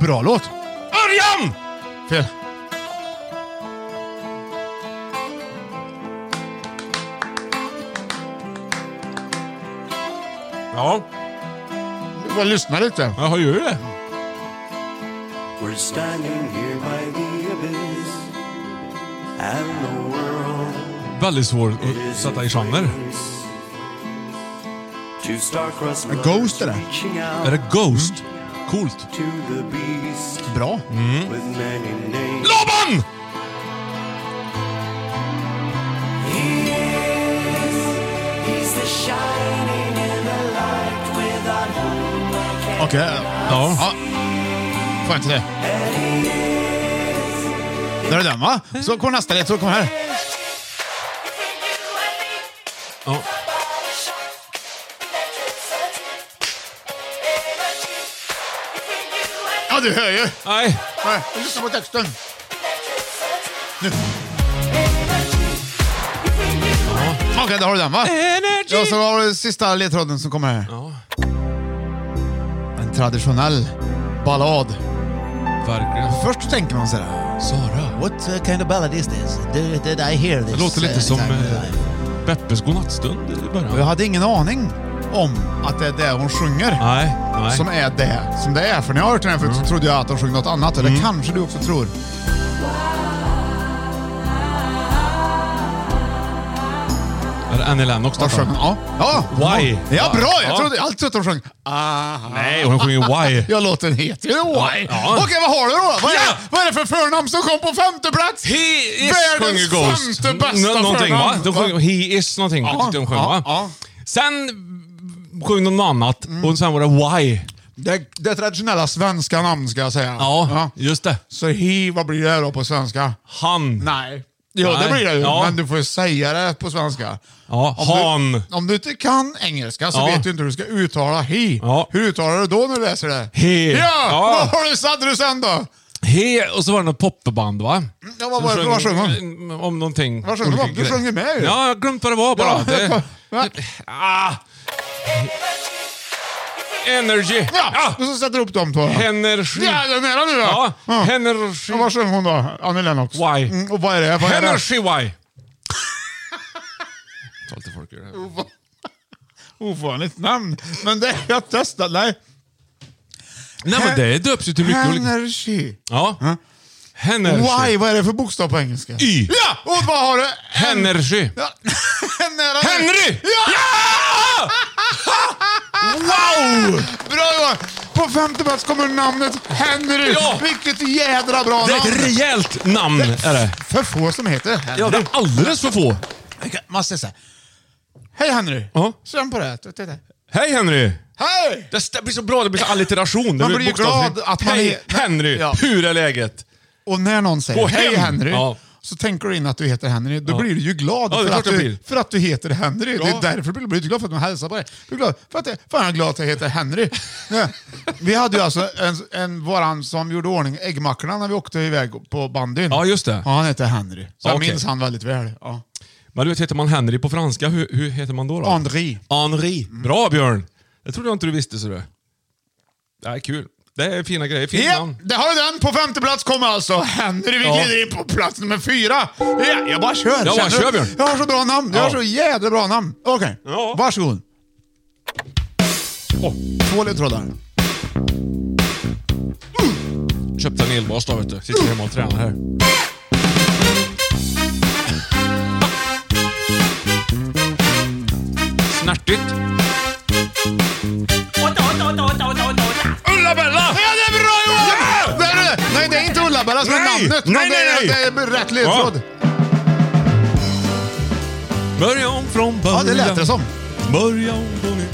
Speaker 3: Bra låt.
Speaker 4: Örjan!
Speaker 3: Fel.
Speaker 4: Ja,
Speaker 3: Du får lyssna lite.
Speaker 4: jag gör ju det.
Speaker 5: We're standing here by the abyss.
Speaker 4: Väldigt svår att sätta i genre.
Speaker 3: Ghost är det.
Speaker 4: Är det Ghost? Coolt.
Speaker 3: Bra.
Speaker 4: Laban!
Speaker 3: Okej.
Speaker 4: Ja.
Speaker 3: Ja. Får jag inte det? Där är den va? Så kommer nästa led, så kommer här.
Speaker 4: ja.
Speaker 3: Ja, du hör ju.
Speaker 4: Nej.
Speaker 3: Nej, Lyssna på texten. Nu. Okej, där har du den va? Ja, så har du sista ledtråden som kommer här.
Speaker 4: Ja,
Speaker 3: En traditionell ballad.
Speaker 4: verkligen.
Speaker 3: Först tänker man sådär.
Speaker 4: Sara.
Speaker 3: What uh, kind of ballad is this? Did, did I hear this?
Speaker 4: Det låter lite
Speaker 3: uh,
Speaker 4: som
Speaker 3: time in my
Speaker 4: eh,
Speaker 3: life?"
Speaker 4: Beppes godnattstund i
Speaker 3: Och jag
Speaker 4: början.
Speaker 3: hade ingen aning om att det är det hon sjunger.
Speaker 4: Nej, Ah, nej. Mm.
Speaker 3: som är det som det är. För när jag har hört den här förut så trodde jag att de sjöng något annat. Eller kanske du också tror.
Speaker 4: Är det Annie Lennox
Speaker 3: De sjöng,
Speaker 4: detta?
Speaker 3: ja. ja.
Speaker 4: Why?
Speaker 3: Ja, bra! Jag
Speaker 4: Ja.
Speaker 3: trodde alltid trodde att de sjöng Aha.
Speaker 4: Nej, hon sjunger Why.
Speaker 3: Ja, låten heter ju Why.
Speaker 4: Ja.
Speaker 3: Okej, vad har du då? Vad är,
Speaker 4: Ja.
Speaker 3: vad är det för förnamn som kom på femte plats?
Speaker 4: He is
Speaker 3: Världens
Speaker 4: sjunger Ghost.
Speaker 3: femte bästa
Speaker 4: Nå- någonting va?
Speaker 3: förnamn.
Speaker 4: De sjöng, he is någonting
Speaker 3: Ja,
Speaker 4: tyckte de sjöng
Speaker 3: ja,
Speaker 4: va?
Speaker 3: ja.
Speaker 4: Sen sjöng de något annat
Speaker 3: Mm.
Speaker 4: och sen var det Why.
Speaker 3: Det, det traditionella svenska namn ska jag säga.
Speaker 4: Ja, just det.
Speaker 3: Så he, vad blir det då på svenska?
Speaker 4: Han.
Speaker 3: Nej. Jo,
Speaker 4: Nej.
Speaker 3: det blir det ju.
Speaker 4: Ja.
Speaker 3: Men du får ju säga det på svenska.
Speaker 4: Ja,
Speaker 3: Om du-
Speaker 4: han.
Speaker 3: Om du inte kan engelska så
Speaker 4: Ja.
Speaker 3: vet du inte hur du ska uttala he.
Speaker 4: Ja.
Speaker 3: Hur uttalar du då när du läser det?
Speaker 4: He.
Speaker 3: Ja!
Speaker 4: Ja.
Speaker 3: Vad har du, hade du sen då?
Speaker 4: He och så var det något popband va?
Speaker 3: ja, vad
Speaker 4: Som
Speaker 3: var det- vad sjöng
Speaker 4: Om någonting.
Speaker 3: Vad sjöng de
Speaker 4: olika
Speaker 3: om? Du
Speaker 4: grejer.
Speaker 3: sjöng ju med ju.
Speaker 4: Ja, jag glömde vad det var bara.
Speaker 3: Ja,
Speaker 4: Det,
Speaker 3: va?
Speaker 4: ah. Energy.
Speaker 3: Ja!
Speaker 4: Ja.
Speaker 3: Och så sätter du upp de två. då.
Speaker 4: Energi.
Speaker 3: Ja, det är nära nu
Speaker 4: Ja.
Speaker 3: då.
Speaker 4: Energi.
Speaker 3: Och vad sjöng hon då? Annie Lennox?
Speaker 4: Why?
Speaker 3: Mm, och vad är det? Vad är det?
Speaker 4: Energy why? Ta lite folk ur det här.
Speaker 3: Ovanligt namn. Men det jag testade. Nej.
Speaker 4: Nej men det döps ju till mycket olika...
Speaker 3: Energy.
Speaker 4: Ja. Energy.
Speaker 3: Why? Vad är det för bokstav på engelska?
Speaker 4: Y.
Speaker 3: Ja! Och vad har du?
Speaker 4: Energy.
Speaker 3: Ja. Nära nu.
Speaker 4: Henry!
Speaker 3: Ja!
Speaker 4: Wow!
Speaker 3: Bra Johan! På femte plats kommer namnet Henry.
Speaker 4: Ja.
Speaker 3: Vilket jädra bra
Speaker 4: Det är
Speaker 3: namn!
Speaker 4: ett rejält namn är det.
Speaker 3: För få som heter Henry.
Speaker 4: Ja, det är alldeles för få.
Speaker 3: Man säger såhär. Hej Henry!
Speaker 4: Ja.
Speaker 3: Sen på det här. Titta, titta.
Speaker 4: Hej Henry!
Speaker 3: Hej!
Speaker 4: Det st- blir så bra, det blir så alliteration. Det
Speaker 3: Man blir ju
Speaker 4: bokstavsrim.
Speaker 3: glad att man
Speaker 4: Hej
Speaker 3: är-
Speaker 4: Henry!
Speaker 3: Ja.
Speaker 4: Hur är läget?
Speaker 3: Och när någon säger
Speaker 4: Gå
Speaker 3: Hej
Speaker 4: hem.
Speaker 3: Henry,
Speaker 4: Ja.
Speaker 3: så tänker du in att du heter Henry. Då blir du ju glad
Speaker 4: Ja, det är
Speaker 3: för,
Speaker 4: klart
Speaker 3: att
Speaker 4: jag
Speaker 3: du,
Speaker 4: blir.
Speaker 3: för att du heter Henry.
Speaker 4: Ja.
Speaker 3: Det är därför du blir du glad för att de hälsar på dig. Du är glad för att det, fan jag är glad att jag heter Henry. Ja. Vi hade ju alltså en, en varan som gjorde ordning äggmackorna när vi åkte iväg på bandyn.
Speaker 4: Ja, just det.
Speaker 3: Ja, han heter Henry. Så jag
Speaker 4: Okej.
Speaker 3: minns han väldigt väl. Ja.
Speaker 4: Men du vet, heter man Henry på franska, hur, hur heter man då? då?
Speaker 3: Henri.
Speaker 4: Henri. Bra Björn! Det trodde jag inte du visste. Så du. Det här är kul. Det är fina grejer. Fint
Speaker 3: Ja,
Speaker 4: namn.
Speaker 3: det har du den. På femte plats kommer alltså Henry. Vi
Speaker 4: Ja.
Speaker 3: glider in på plats nummer fyra. Ja, jag bara kör.
Speaker 4: bara
Speaker 3: Känner du?
Speaker 4: kör, Björn.
Speaker 3: Jag har så bra namn. Jag har
Speaker 4: Ja.
Speaker 3: så jädra bra namn. Okej,
Speaker 4: Ja.
Speaker 3: varsågod.
Speaker 4: Åh,
Speaker 3: Två ledtrådar.
Speaker 4: köpte en elbas då vet du. Sitter hemma och tränar här. Snärtigt. Ulla-Bella!
Speaker 3: Ja, det är bra Johan! Det är det. Nej, det är inte Ulla-Bella som är
Speaker 4: Nej.
Speaker 3: namnet. men
Speaker 4: Nej,
Speaker 3: det, är,
Speaker 4: nej, nej.
Speaker 3: det är rätt ledtråd.
Speaker 4: Börja om från början.
Speaker 3: Ja, det lät det som.
Speaker 4: Börja om på nytt.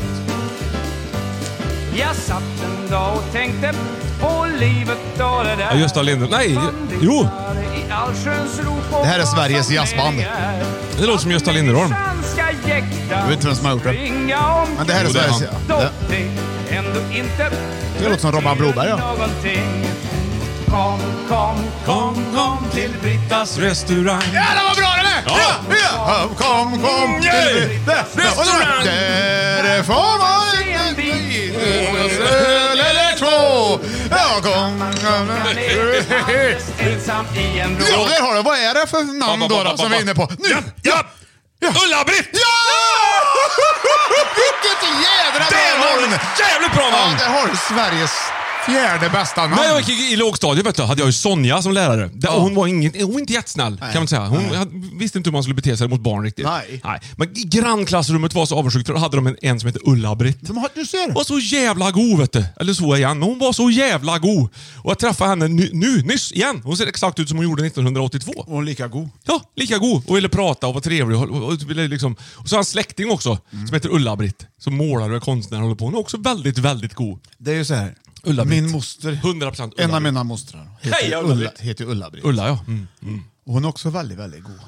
Speaker 5: Jag satt en dag och tänkte på livet och det där.
Speaker 4: Ja, Gösta Lindell. Nej, jo.
Speaker 5: I allsköns rop och
Speaker 3: Det här är Sveriges jazzband.
Speaker 4: Det låter som Gösta Linderholm.
Speaker 3: Jag vet inte vem som har gjort det. Men det här är
Speaker 4: Jo, det är
Speaker 3: Sveriges...
Speaker 4: han.
Speaker 3: Ja. Det-
Speaker 5: Ändå inte
Speaker 3: Det låter som Robban Broberg, ja.
Speaker 5: någonting. Kom, kom, kom, kom till Brittas
Speaker 4: restaurang.
Speaker 3: Ja, det var bra den är!
Speaker 4: Ja.
Speaker 3: ja. Kom, kom till
Speaker 4: Yay!
Speaker 3: Britta.
Speaker 4: Restaurang.
Speaker 3: Där får man en bit öl eller två. Ja, kom, kom.
Speaker 5: ensam i en
Speaker 3: Ja,
Speaker 5: rå.
Speaker 3: där har du. Vad är det för namn då, då som vi är inne på? Nu!
Speaker 4: Ja! Ulla-Britt!
Speaker 3: Ja! Vilket jädra
Speaker 4: Där
Speaker 3: bra
Speaker 4: har du
Speaker 3: namn!
Speaker 4: ett jävligt bra
Speaker 3: Ja,
Speaker 4: namn!
Speaker 3: där har du Sveriges fjärde bästa namn.
Speaker 4: Nej, jag gick i- i lågstadiet vet du, hade jag ju Sonja som lärare. Det-
Speaker 3: Ah. Ja.
Speaker 4: Hon var ingen, hon var inte jättesnäll,
Speaker 3: Nej.
Speaker 4: kan man säga. Hon
Speaker 3: Nej.
Speaker 4: hade- visste inte hur man skulle bete sig mot barn riktigt.
Speaker 3: Nej.
Speaker 4: Men i grannklassrummet var så avundsjuk för då hade de en, en som hette Ulla-Britt.
Speaker 3: Som har- Du ser!
Speaker 4: var så jävla god vet du. Eller så igen. Hon var så jävla god. Och jag träffade henne nu, nu nyss igen. Hon ser exakt ut som hon gjorde 1982.
Speaker 3: Och lika god.
Speaker 4: Ja, lika god och ville prata och var trevlig. Och, och, och, ville liksom, och så har han en släkting också
Speaker 3: Mm.
Speaker 4: som heter Ulla-Britt. Som målar och är konstnär och håller på. Hon är också väldigt, väldigt god.
Speaker 3: Det är ju så här.
Speaker 4: Ulla-Britt.
Speaker 3: Min moster.
Speaker 4: 100%
Speaker 3: En av
Speaker 4: Ulla-Britt.
Speaker 3: mina mostrar heter
Speaker 4: Hej,
Speaker 3: Ulla-
Speaker 4: Ulla-Britt.
Speaker 3: heter Ulla-Britt.
Speaker 4: Ulla ja. Mm.
Speaker 3: Och Hon är också väldigt, väldigt god.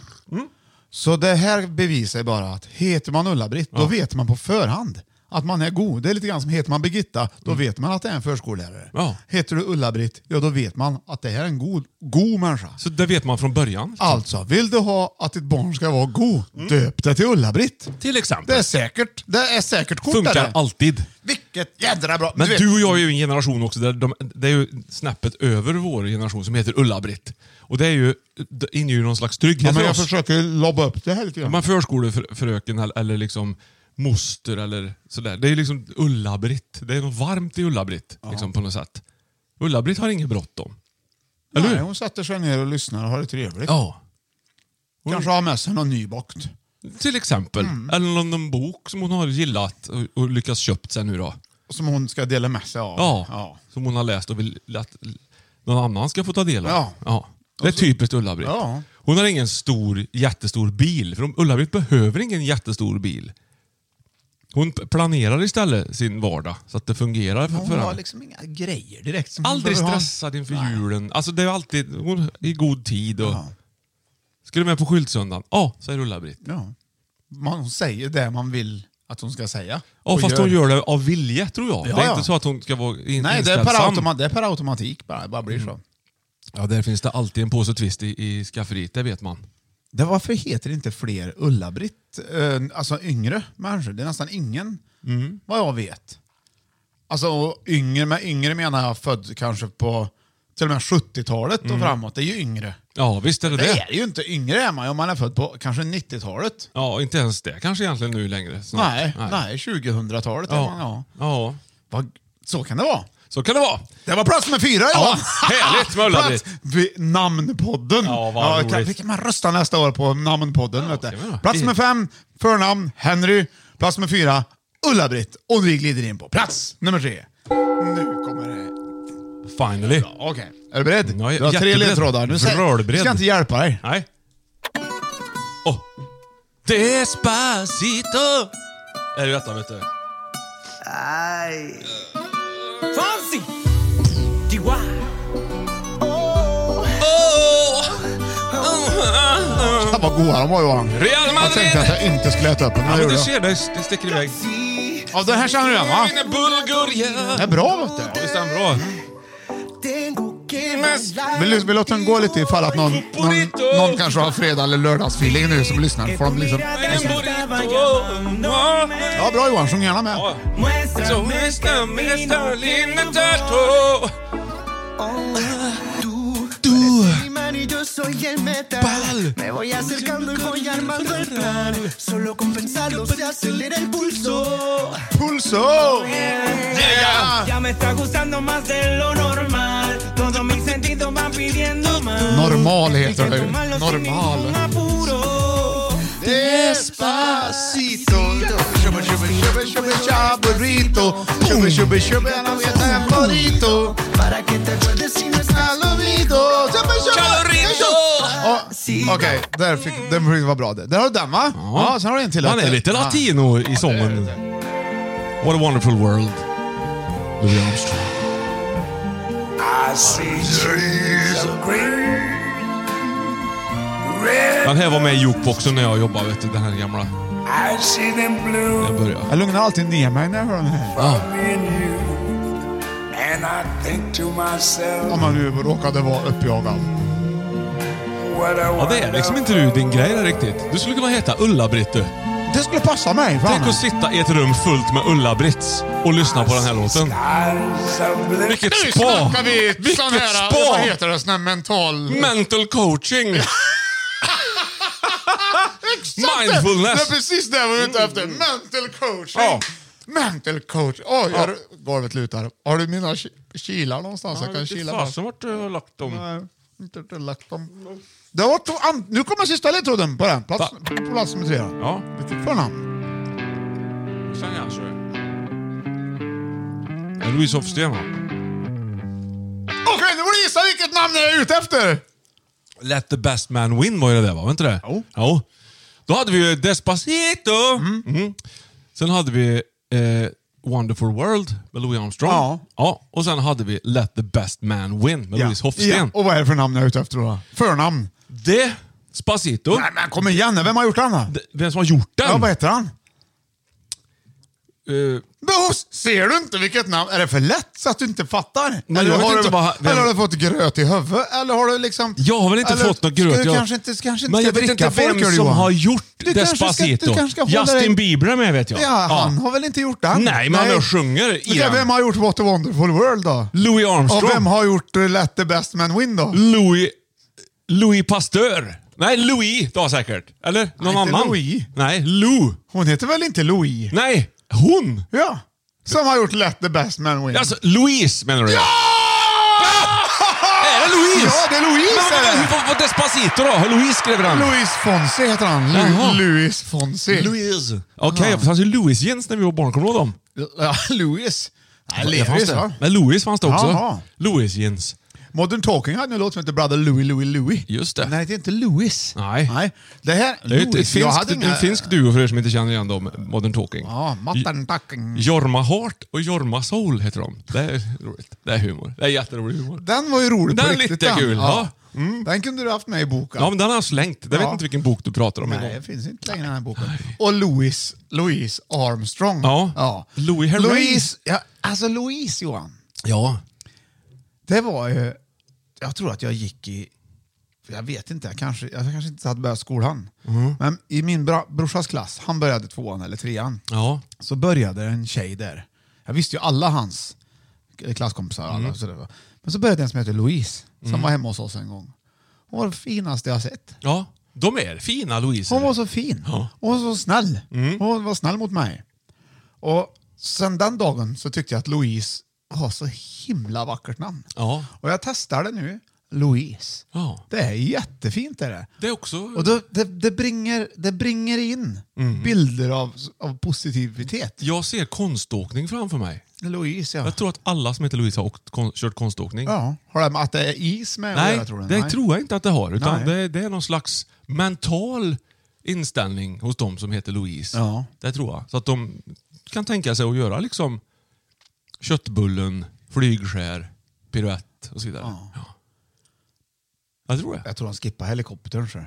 Speaker 3: Så det här bevisar bara att heter man Ulla-Britt, då vet man på förhand att man är god. Det är lite grann som heter man Birgitta, då vet man att det är en förskollärare.
Speaker 4: Mm. Ja.
Speaker 3: Heter du Ulla-Britt, ja då vet man att det här är en god, god människa.
Speaker 4: Så det vet man från början.
Speaker 3: Alltså, vill du ha att ditt barn ska vara god,
Speaker 4: Mm.
Speaker 3: döp det till Ulla-Britt.
Speaker 4: Till exempel.
Speaker 3: Det är säkert. Det är säkert kort
Speaker 4: funkar
Speaker 3: det där.
Speaker 4: alltid.
Speaker 3: Vilket jädra bra.
Speaker 4: Men du,
Speaker 3: vet-
Speaker 4: och jag är ju en generation också där de, det är ju snäppet över vår generation som heter Ulla-Britt. Och det är ju, det inger ju någon slags trygghet
Speaker 3: Ja, men
Speaker 4: för
Speaker 3: jag
Speaker 4: oss.
Speaker 3: försöker lobba upp det här lite grann.
Speaker 4: Man förskolefröken eller, eller liksom moster eller sådär. Det är ju liksom Ulla-Britt. Det är något varmt i Ulla-Britt liksom, på något sätt. Ulla-Britt har inget bråttom. Eller
Speaker 3: Nej,
Speaker 4: hur?
Speaker 3: hon sätter sig ner och lyssnar och har det trevligt.
Speaker 4: Ja.
Speaker 3: Kanske har med sig någon nybakt.
Speaker 4: Till exempel.
Speaker 3: Mm.
Speaker 4: Eller någon, någon bok som hon har gillat och, och lyckats köpt sen nu då.
Speaker 3: Som hon ska dela med sig av.
Speaker 4: Ja.
Speaker 3: Ja.
Speaker 4: Som hon har läst och vill att någon annan ska få ta del av.
Speaker 3: Ja.
Speaker 4: Det är typiskt Ulla-Britt.
Speaker 3: Ja.
Speaker 4: Hon har ingen stor, jättestor bil. För Ulla-Britt behöver ingen jättestor bil. Hon p- planerar istället sin vardag så att det fungerar för, för
Speaker 3: Hon har
Speaker 4: henne.
Speaker 3: liksom inga grejer direkt. Som hon
Speaker 4: Aldrig
Speaker 3: behöver ha.
Speaker 4: stressad inför julen. Alltså det är alltid hon är i god tid. Och, Ska du med på skyltsöndagen? Ja, säger Ulla-Britt.
Speaker 3: Ja. Man, hon säger det man vill att hon ska säga.
Speaker 4: Ja,
Speaker 3: Och
Speaker 4: fast hon gör det av vilja tror jag.
Speaker 3: Ja,
Speaker 4: det är
Speaker 3: ja.
Speaker 4: inte så att hon ska vara in,
Speaker 3: Nej, det är, per
Speaker 4: inställsam.
Speaker 3: automa- det är per automatik bara. Det bara
Speaker 4: Mm.
Speaker 3: blir så.
Speaker 4: Ja, där finns det alltid en påse twist i, i skafferiet, det vet man.
Speaker 3: Det, varför heter inte fler Ulla-Britt? Eh, alltså yngre människor. Det är nästan ingen,
Speaker 4: Mm.
Speaker 3: vad jag vet. Alltså och yngre, med yngre menar jag född kanske på till och med 70-talet och framåt. Det är ju yngre.
Speaker 4: Ja, visst är Mm. det det.
Speaker 3: Det är ju inte yngre är man ju om man är född på kanske 90-talet.
Speaker 4: Ja, inte ens det kanske egentligen nu längre. snart.
Speaker 3: Nej, nej. 2000-talet är man. Ja.
Speaker 4: Ja. ja,
Speaker 3: Vad, så kan det vara.
Speaker 4: så kan det vara.
Speaker 3: Det var plats med fyra Johan!
Speaker 4: härligt med Ulla-Britt.
Speaker 3: Plats vid Namnpodden.
Speaker 4: Ja, vad roligt.
Speaker 3: kan, kan man rösta nästa år på Namnpodden. vet
Speaker 4: det var
Speaker 3: du.
Speaker 4: bra.
Speaker 3: Plats med fem, förnamn Henry. Plats med fyra, Ulla-Britt. Och vi glider in på plats nummer tre. Nu kommer det.
Speaker 4: Finally.
Speaker 3: Ja, Okej, är du beredd?
Speaker 4: Ja, jag är
Speaker 3: du har tre
Speaker 4: jätteberedd.
Speaker 3: ledtrådar. Nu säger-
Speaker 4: Vrålberedd.
Speaker 3: ska jag inte hjälpa dig.
Speaker 4: Nej. Åh. Oh. Despacito. Är det detta, vet du?
Speaker 6: Fonzie! DY!
Speaker 3: Fan vad goa de var Johan.
Speaker 4: Real
Speaker 3: Jag
Speaker 4: Madrid!
Speaker 3: tänkte att jag inte skulle äta upp den, men
Speaker 4: Ja, men
Speaker 3: det gjorde
Speaker 4: du
Speaker 3: jag.
Speaker 4: ser, det, det sticker iväg.
Speaker 3: Ja, den här känner du igen va?
Speaker 4: Mina bulgurja.
Speaker 3: Det är bra vet du.
Speaker 4: Visst är den bra?
Speaker 6: Tengo que bailar
Speaker 3: Vill, vill låt den gå lite ifall att någon, någon,
Speaker 4: Burrito.
Speaker 3: någon kanske har fredag eller lördagsfeeling nu som lyssnar. Får de liksom...
Speaker 4: En burrito. Ja.
Speaker 3: Ja, bra Johan. Sjung gärna med.
Speaker 4: Ja. Så
Speaker 6: Muéstrame
Speaker 4: mesta,
Speaker 6: este
Speaker 4: mesta,
Speaker 6: camino
Speaker 4: linda
Speaker 6: que
Speaker 4: tato.
Speaker 6: Tú,
Speaker 4: Tú.
Speaker 6: eres el imán y yo soy el metal.
Speaker 4: Pal.
Speaker 6: Me voy acercando y voy armando el plan. Solo con pensarlo se acelera el pulso.
Speaker 3: Pulso! Ah.
Speaker 6: Ya me está gustando más de lo normal. Todos mis sentidos van pidiendo más.
Speaker 3: Normal heter det ju.
Speaker 6: Tomarlo sin ningún
Speaker 3: Normal.
Speaker 6: apuro.
Speaker 3: Despacito. Chubba, chubba, chubba, chubba, chaburrito. Chubba, chubba, chubba, la vet en burrito.
Speaker 6: Para que te acuerdes si no estás
Speaker 3: Alumito. Chubba, chubba,
Speaker 4: Burrito.
Speaker 3: Ja, Okej, Oh, där fick, den fick vara bra. det. Där har du den va? Ja, sen har du en till.
Speaker 4: Han är lite
Speaker 3: Ja.
Speaker 4: latino i sången. What a wonderful world. Louis Armstrong. Den här var med i jukeboxen när jag jobbade, vet du. Den här gamla. När jag började.
Speaker 3: Jag lugnar alltid ner mig när jag hör den här.
Speaker 7: And I think to myself,
Speaker 3: Om man nu råkade vara uppjagad.
Speaker 7: what a
Speaker 4: Ja, det är liksom inte du, din grej där riktigt. Du skulle kunna heta Ulla-Britt du.
Speaker 3: Det skulle passa mig. Fan.
Speaker 4: Tänk att sitta i ett rum fullt med Ulla-Britts och lyssna på den här låten.
Speaker 7: eyes of blue.
Speaker 4: Vilket
Speaker 3: Nu
Speaker 4: spa!
Speaker 3: snackar vi sån
Speaker 4: Vilket
Speaker 3: här, vad
Speaker 4: spa!
Speaker 3: heter det, sån här mental...
Speaker 4: Mental coaching!
Speaker 3: Exakt det!
Speaker 4: Mindfulness.
Speaker 3: Det är precis det jag var ute efter. Mental coaching.
Speaker 4: Ja.
Speaker 3: Mental coach. Oj, jag- golvet lutar. Har du mina ki- kilar någonstans? jag kan kila bara.
Speaker 4: fasen vart du har lagt dem.
Speaker 3: Nej, inte, inte lagt dem. Det var to- an- nu kommer sista ledtråden på den. Plats, på plats nummer tre.
Speaker 4: Ja,
Speaker 3: Vilket förnamn?
Speaker 4: känner jag så. Det är Louise of Sten, va?
Speaker 3: Okej, nu får du gissa vilket namn jag är ute efter!
Speaker 4: Let the best man win var ju det där, va? Var inte det?
Speaker 3: Jo.
Speaker 4: Jo. Då hade vi ju Despacito. Mm. Sen hade vi eh, Wonderful World med Louis Armstrong.
Speaker 3: Ja.
Speaker 4: ja. Och sen hade vi Let the best man win med Louise Hofsten.
Speaker 3: Och vad är det för namn jag är ute efter då? Förnamn?
Speaker 4: Det, Spacito.
Speaker 3: Nej men kom igen nu, vem har gjort den då?
Speaker 4: D- Vem som har gjort den?
Speaker 3: Ja, vad heter han?
Speaker 4: Eh,
Speaker 3: Behos, ser du inte vilket namn? Är det för lätt så att du inte fattar?
Speaker 4: jag
Speaker 3: eller,
Speaker 4: vet
Speaker 3: har
Speaker 4: inte
Speaker 3: du,
Speaker 4: vad- vem-
Speaker 3: eller har du fått gröt i huvudet? Eller har du liksom...
Speaker 4: Jag har väl inte
Speaker 3: eller,
Speaker 4: fått något gröt.
Speaker 3: Ska du
Speaker 4: jag...
Speaker 3: kanske inte, kanske inte
Speaker 4: Men
Speaker 3: ska
Speaker 4: jag vet
Speaker 3: dricka
Speaker 4: inte vem
Speaker 3: folköl,
Speaker 4: som
Speaker 3: Johan?
Speaker 4: har gjort
Speaker 3: Du kanske ska-
Speaker 4: Despacito.
Speaker 3: du kanske ska hålla
Speaker 4: Justin
Speaker 3: dig-
Speaker 4: Bieber är med vet jag.
Speaker 3: Ja, han har väl inte gjort den?
Speaker 4: Nej, men han är och sjunger i
Speaker 3: Men det-
Speaker 4: den.
Speaker 3: Vem har gjort What a wonderful world då?
Speaker 4: Louis Armstrong.
Speaker 3: Och vem har gjort eh, Let the best man win då?
Speaker 4: Louis... Louis Pasteur. Nej, Louis då säkert. Eller någon
Speaker 3: inte
Speaker 4: annan.
Speaker 3: Louis.
Speaker 4: Nej, Lou.
Speaker 3: Hon heter väl inte Louis?
Speaker 4: Nej, hon.
Speaker 3: Ja. Som har gjort Let the best man win.
Speaker 4: Alltså, Louise menar du? Ja! Är det Louise?
Speaker 3: Ja, det är Louise,
Speaker 4: Men,
Speaker 3: är
Speaker 4: men,
Speaker 3: det.
Speaker 4: hur får- får Despacito då? Har Louise skrivit den?
Speaker 3: Louis Fonsi heter han.
Speaker 4: Jaha.
Speaker 3: Lu- Louis Fonsi.
Speaker 4: Louise. Okej, det fanns ju Louis-jeans när vi var barn. Kommer du ihåg dem?
Speaker 3: Ja, Louis. Nej,
Speaker 4: Det fanns
Speaker 3: Lewis,
Speaker 4: det.
Speaker 3: va?
Speaker 4: Men Louis fanns det också.
Speaker 3: Jaha.
Speaker 4: Louis-jeans.
Speaker 3: Modern Talking hade en låt som hette Brother Louie Louie Louie.
Speaker 4: Just det.
Speaker 3: Nej, det är inte Louis.
Speaker 4: Nej.
Speaker 3: Nej. Det här...
Speaker 4: Det är ju ett, ett
Speaker 3: Louis, jag
Speaker 4: finskt,
Speaker 3: hade inga-
Speaker 4: en finsk duo för er som inte känner igen dem, Modern Talking.
Speaker 3: Ja, Matten Talking.
Speaker 4: Jorma Heart och Jorma Soul heter de. Det är roligt. Det är humor. Det är jätterolig humor.
Speaker 3: Den var ju rolig
Speaker 4: Den
Speaker 3: på
Speaker 4: är
Speaker 3: riktigt.
Speaker 4: lite kul, ja.
Speaker 3: Den kunde du haft med i boken.
Speaker 4: Ja, men den har jag slängt. Jag vet
Speaker 3: Ja.
Speaker 4: inte vilken bok du pratar om.
Speaker 3: Nej,
Speaker 4: idag.
Speaker 3: det finns inte längre den här boken. Och Louis, Louise Armstrong.
Speaker 4: Ja. Louis Herring.
Speaker 3: Louise, ja, alltså Louise Johan,
Speaker 4: Ja.
Speaker 3: det var ju... Jag tror att jag gick i... Jag vet inte, jag kanske, jag kanske inte hade börjat skolan.
Speaker 4: Mm.
Speaker 3: Men i min bra, brorsas klass, han började tvåan eller trean,
Speaker 4: Ja.
Speaker 3: så började en tjej där. Jag visste ju alla hans klasskompisar. Alla,
Speaker 4: Mm.
Speaker 3: och sådär. Men så började en som hette Louise, som var hemma hos oss en gång. Hon var det finaste jag sett.
Speaker 4: Ja. De är fina, Louise.
Speaker 3: Hon var så fin.
Speaker 4: Ja. Mm.
Speaker 3: Hon var så snäll. Hon var snäll mot mig. Och sen den dagen så tyckte jag att Louise har så himla vackert namn.
Speaker 4: Ja.
Speaker 3: Och jag testar det nu. Louise.
Speaker 4: Ja.
Speaker 3: Det är jättefint. Är det.
Speaker 4: Det är också...
Speaker 3: Och då, det, det, bringer, det bringer in
Speaker 4: Mm.
Speaker 3: bilder av, av positivitet.
Speaker 4: Jag ser konståkning framför mig.
Speaker 3: Louise, ja.
Speaker 4: Jag tror att alla som heter Louise har åkt, kon, kört konståkning.
Speaker 3: ja. Har det med att det är is med att
Speaker 4: Nej,
Speaker 3: göra, tror du?
Speaker 4: det tror jag inte att det har. Utan
Speaker 3: Nej.
Speaker 4: det, det är någon slags mental inställning hos de som heter Louise.
Speaker 3: Ja.
Speaker 4: Det tror jag. Så att de kan tänka sig att göra liksom köttbullen, flygskär, piruett och så vidare. Ja. Jag tror det.
Speaker 3: Jag tror de skippar helikoptern. Så.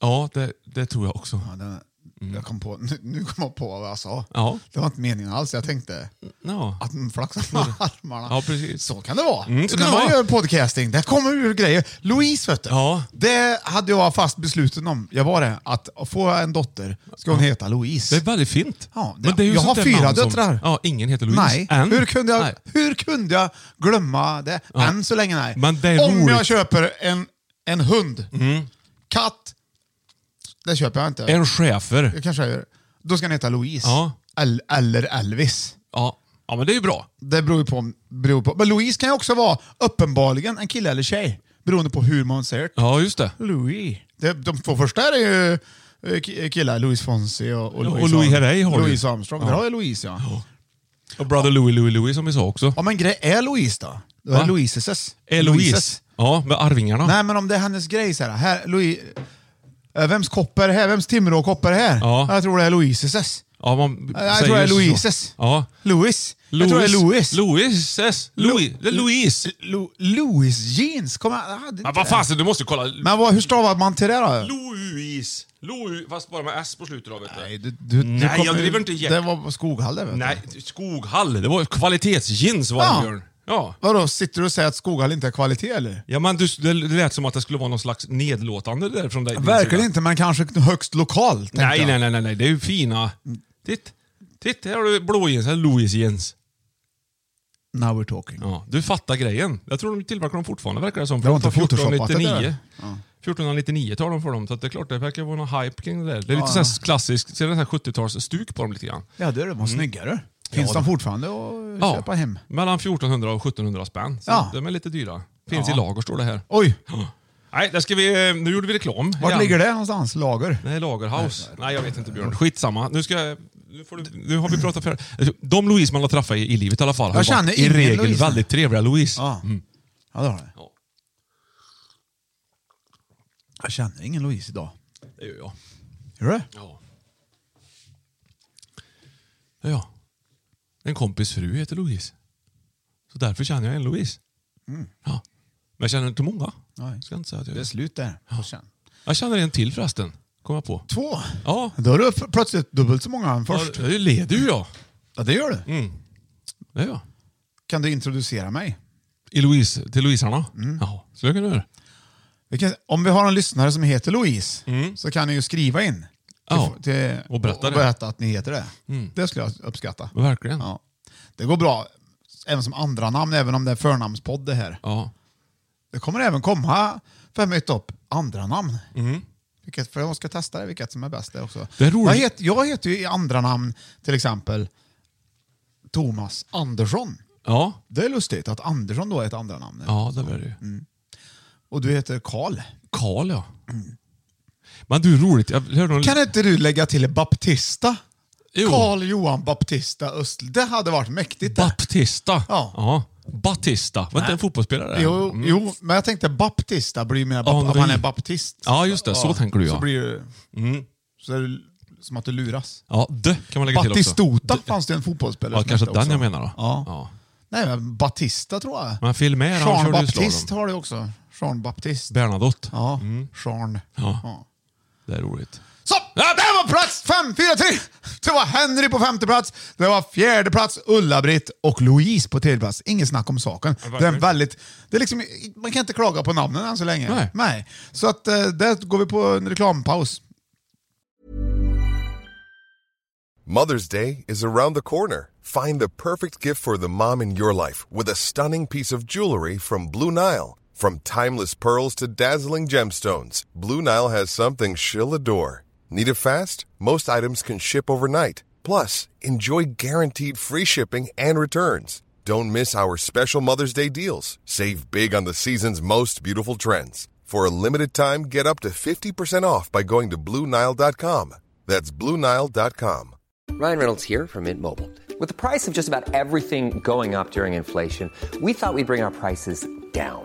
Speaker 4: Ja, det, det tror jag också.
Speaker 3: Ja, den,
Speaker 4: Mm.
Speaker 3: jag kom på, nu, nu kom jag på vad jag sa.
Speaker 4: Ja.
Speaker 3: Det var inte meningen alls. Jag tänkte...
Speaker 4: Ja.
Speaker 3: Att man flaxar med armarna.
Speaker 4: Ja, precis.
Speaker 3: Så kan det vara.
Speaker 4: Mm, så kan
Speaker 3: När
Speaker 4: det
Speaker 3: man
Speaker 4: vara.
Speaker 3: gör podcasting, där kommer ur grejer. Louise, vet du.
Speaker 4: Ja.
Speaker 3: Det hade jag fast besluten om. Jag var det. Att få en dotter ska hon heta Louise.
Speaker 4: Det är väldigt fint.
Speaker 3: Ja, det-
Speaker 4: Men det är ju
Speaker 3: jag
Speaker 4: sånt där
Speaker 3: har fyra
Speaker 4: namn som-
Speaker 3: döttrar.
Speaker 4: Ja, ingen heter Louise.
Speaker 3: Nej,
Speaker 4: Än.
Speaker 3: hur kunde, jag,
Speaker 4: Nej.
Speaker 3: hur kunde jag glömma det? Än så länge nej.
Speaker 4: Men det är
Speaker 3: Om
Speaker 4: roligt. Mm.
Speaker 3: jag köper en, en hund, katt, det köper jag inte.
Speaker 4: En schäfer.
Speaker 3: Det kanske jag gör. Då ska den heta Louise.
Speaker 4: Ja.
Speaker 3: El, eller Elvis.
Speaker 4: Ja. ja, men det är ju bra.
Speaker 3: Det beror ju på, beror på. Men Louise kan ju också vara uppenbarligen en kille eller tjej. Beroende på hur man ser det.
Speaker 4: Ja, just det.
Speaker 3: Louis. Det, de två första är ju eh, ki- killar. Louis Fonsi och, och,
Speaker 4: Ja,
Speaker 3: Louis,
Speaker 4: och Louis
Speaker 3: Arm-
Speaker 4: Herrey har du.
Speaker 3: Louis Armstrong. Där har jag Louise ja.
Speaker 4: Och Brother Louis, Louis, Louis som vi sa också.
Speaker 3: Ja men grej, är Louise då? Då
Speaker 4: Va?
Speaker 3: är Louises.
Speaker 4: Eloise. Ja, med Arvingarna.
Speaker 3: Nej men om det är hennes grej så här. här Louis, eh, vems kopp är det här? Vems Timrå-kopp är det här?
Speaker 4: Ja.
Speaker 3: Jag tror det är Louises.
Speaker 4: Ja, man
Speaker 3: Eh, Jag
Speaker 4: säger
Speaker 3: tror det är
Speaker 4: så.
Speaker 3: Louises.
Speaker 4: Ja.
Speaker 3: Louis. Jag tror det är Louis.
Speaker 4: Louises. Louis. Det är Louise.
Speaker 3: Lo- Louis jeans? Kommer jag... jag hade inte
Speaker 4: Men vad
Speaker 3: det.
Speaker 4: fasen, du måste ju kolla.
Speaker 3: Men vad, hur stavar man till det då?
Speaker 4: Louise. Louis, fast bara med S på slutet av vet du.
Speaker 3: du, du,
Speaker 4: Nej,
Speaker 3: kommer
Speaker 4: jag
Speaker 3: ju-
Speaker 4: driver inte jäk-
Speaker 3: Det var på Skoghall det vet du.
Speaker 4: Nej, Skoghall. Det var kvalitetsjeans var
Speaker 3: Ja.
Speaker 4: det Björn. Ja.
Speaker 3: Vadå, sitter du och säger att Skoghall inte är kvalitet eller?
Speaker 4: Ja, men du, det lät som att det skulle vara någon slags nedlåtande där från dig. din
Speaker 3: Verkligen
Speaker 4: sida.
Speaker 3: inte, men kanske högst lokalt.
Speaker 4: Nej, nej, nej, nej, nej. Det är ju fina... Titt. Titt, här har du blå jeans. Här är Louis jeans.
Speaker 3: Now we're talking.
Speaker 4: Ja, du fattar grejen. Jag tror de tillverkar dem fortfarande verkar det som.
Speaker 3: Det var inte
Speaker 4: På 1499.
Speaker 3: photoshopat, det där. Ja.
Speaker 4: 1499 tar de för dem, så att det är klart det verkar vara någon hype kring det där. Det är lite så här klassiskt, ser det här 70-talsstuk på dem lite grann.
Speaker 3: Ja, det är de. Och snyggare. Finns de fortfarande att köpa hem?
Speaker 4: Mellan 1400 och 1700 spänn. Så
Speaker 3: Ja.
Speaker 4: de är lite dyra. Finns i lager står det här.
Speaker 3: Oj!
Speaker 4: Nej, där ska vi, nu gjorde vi reklam.
Speaker 3: Vart
Speaker 4: igen.
Speaker 3: ligger det någonstans? Lager?
Speaker 4: Nej, Lagerhaus. Nej, jag vet inte Björn. Skitsamma. Nu ska jag... Nu, får du, nu har vi pratat för... De Louise man har träffat i, i livet i alla fall har
Speaker 3: Jag känner
Speaker 4: varit i
Speaker 3: ingen
Speaker 4: regel
Speaker 3: Louise.
Speaker 4: väldigt trevliga Louise.
Speaker 3: Ja. ja, det har det.
Speaker 4: Mm. Ja.
Speaker 3: Jag känner ingen Louise idag.
Speaker 4: Det gör jag.
Speaker 3: Gör du?
Speaker 4: Ja. Ja, ja. En kompis fru heter Louise. Så därför känner jag en Louise. Ja. Men jag känner inte många.
Speaker 3: Nej.
Speaker 4: Ska inte säga att jag,
Speaker 3: Mm. Det är
Speaker 4: gör.
Speaker 3: slut där.
Speaker 4: jag känner en till förresten. Kom jag på.
Speaker 3: Två?
Speaker 4: Ja.
Speaker 3: Då har du f- plötsligt dubbelt så många än först.
Speaker 4: Ja, det leder ju jag. Mm.
Speaker 3: Ja, det gör du.
Speaker 4: Det gör jag.
Speaker 3: Kan du introducera mig?
Speaker 4: I Louise, till Louisarna?
Speaker 3: Mm.
Speaker 4: Ja, så jag kan göra.
Speaker 3: Vi kan, om vi har en lyssnare som heter Louise så kan ni ju skriva in. Till,
Speaker 4: Mm. Ja,
Speaker 3: till,
Speaker 4: och berätta det. Mm.
Speaker 3: att ni heter det. Det skulle jag uppskatta.
Speaker 4: Verkligen.
Speaker 3: Ja. Det går bra även som andra namn även om det är förnamnspodd det här.
Speaker 4: Ja.
Speaker 3: Det kommer även komma fem i topp andra namn. Vilket, för jag ska testa det, vilket som är bäst det också.
Speaker 4: Mm. Det är roligt.
Speaker 3: Jag, heter, jag heter ju i andra namn till exempel Thomas Andersson.
Speaker 4: Ja,
Speaker 3: Det är lustigt att Andersson då är ett andra namn.
Speaker 4: ja Mm. det var det ju.
Speaker 3: Mm. Och du heter Karl.
Speaker 4: Karl ja. Men du, roligt. Jag hörde någon...
Speaker 3: Mm. Kan inte du lägga till Baptista?
Speaker 4: Jo.
Speaker 3: Karl Johan Baptista Östl. Det hade varit mäktigt. det.
Speaker 4: Baptista.
Speaker 3: Ja.
Speaker 4: Batista. Var inte en fotbollsspelare?
Speaker 3: Jo,
Speaker 4: Mm.
Speaker 3: jo, men jag tänkte Baptista blir mer
Speaker 4: Ja,
Speaker 3: bap- att
Speaker 4: men-
Speaker 3: man är baptist.
Speaker 4: Ja, just det. Så tänker du, ja. Mm.
Speaker 3: Så blir det, så är det som att du luras.
Speaker 4: Ja, det kan man lägga till också.
Speaker 3: Batistota
Speaker 4: D-
Speaker 3: fanns det en fotbollsspelare
Speaker 4: Ja,
Speaker 3: som
Speaker 4: kanske
Speaker 3: hette
Speaker 4: den
Speaker 3: också.
Speaker 4: jag menar då.
Speaker 3: Ja.
Speaker 4: Ja.
Speaker 3: Nej, men Batista tror jag.
Speaker 4: Men Phil Mayer, han
Speaker 3: Jean
Speaker 4: körde ju
Speaker 3: Baptiste
Speaker 4: slalom.
Speaker 3: har du också. Jean Baptiste.
Speaker 4: Bernadotte.
Speaker 3: Ja, Jean.
Speaker 4: Mm. Ja. Det är roligt.
Speaker 3: Så! Ja, det var plats fem, fyra, tre! Det var Henry på femte plats, det var fjärde plats Ulla-Britt och Louise på tredje plats. Inget snack om saken. Det är en väldigt... Det är liksom, man kan inte klaga på namnen än så länge.
Speaker 4: Nej.
Speaker 3: Så att, eh, där går vi på en reklampaus.
Speaker 8: Mother's Day is around the corner. Find the perfect gift for the mom in your life with a stunning piece of jewelry from Blue Nile. From timeless pearls to dazzling gemstones, Blue Nile has something she'll adore. Need it fast? Most items can ship overnight. Plus, enjoy guaranteed free shipping and returns. Don't miss our special Mother's Day deals. Save big on the season's most beautiful trends. For a limited time, get up to 50% off by going to BlueNile.com. That's BlueNile.com.
Speaker 9: Ryan Reynolds here from Mint Mobile. With the price of just about everything going up during inflation, we thought we'd bring our prices down.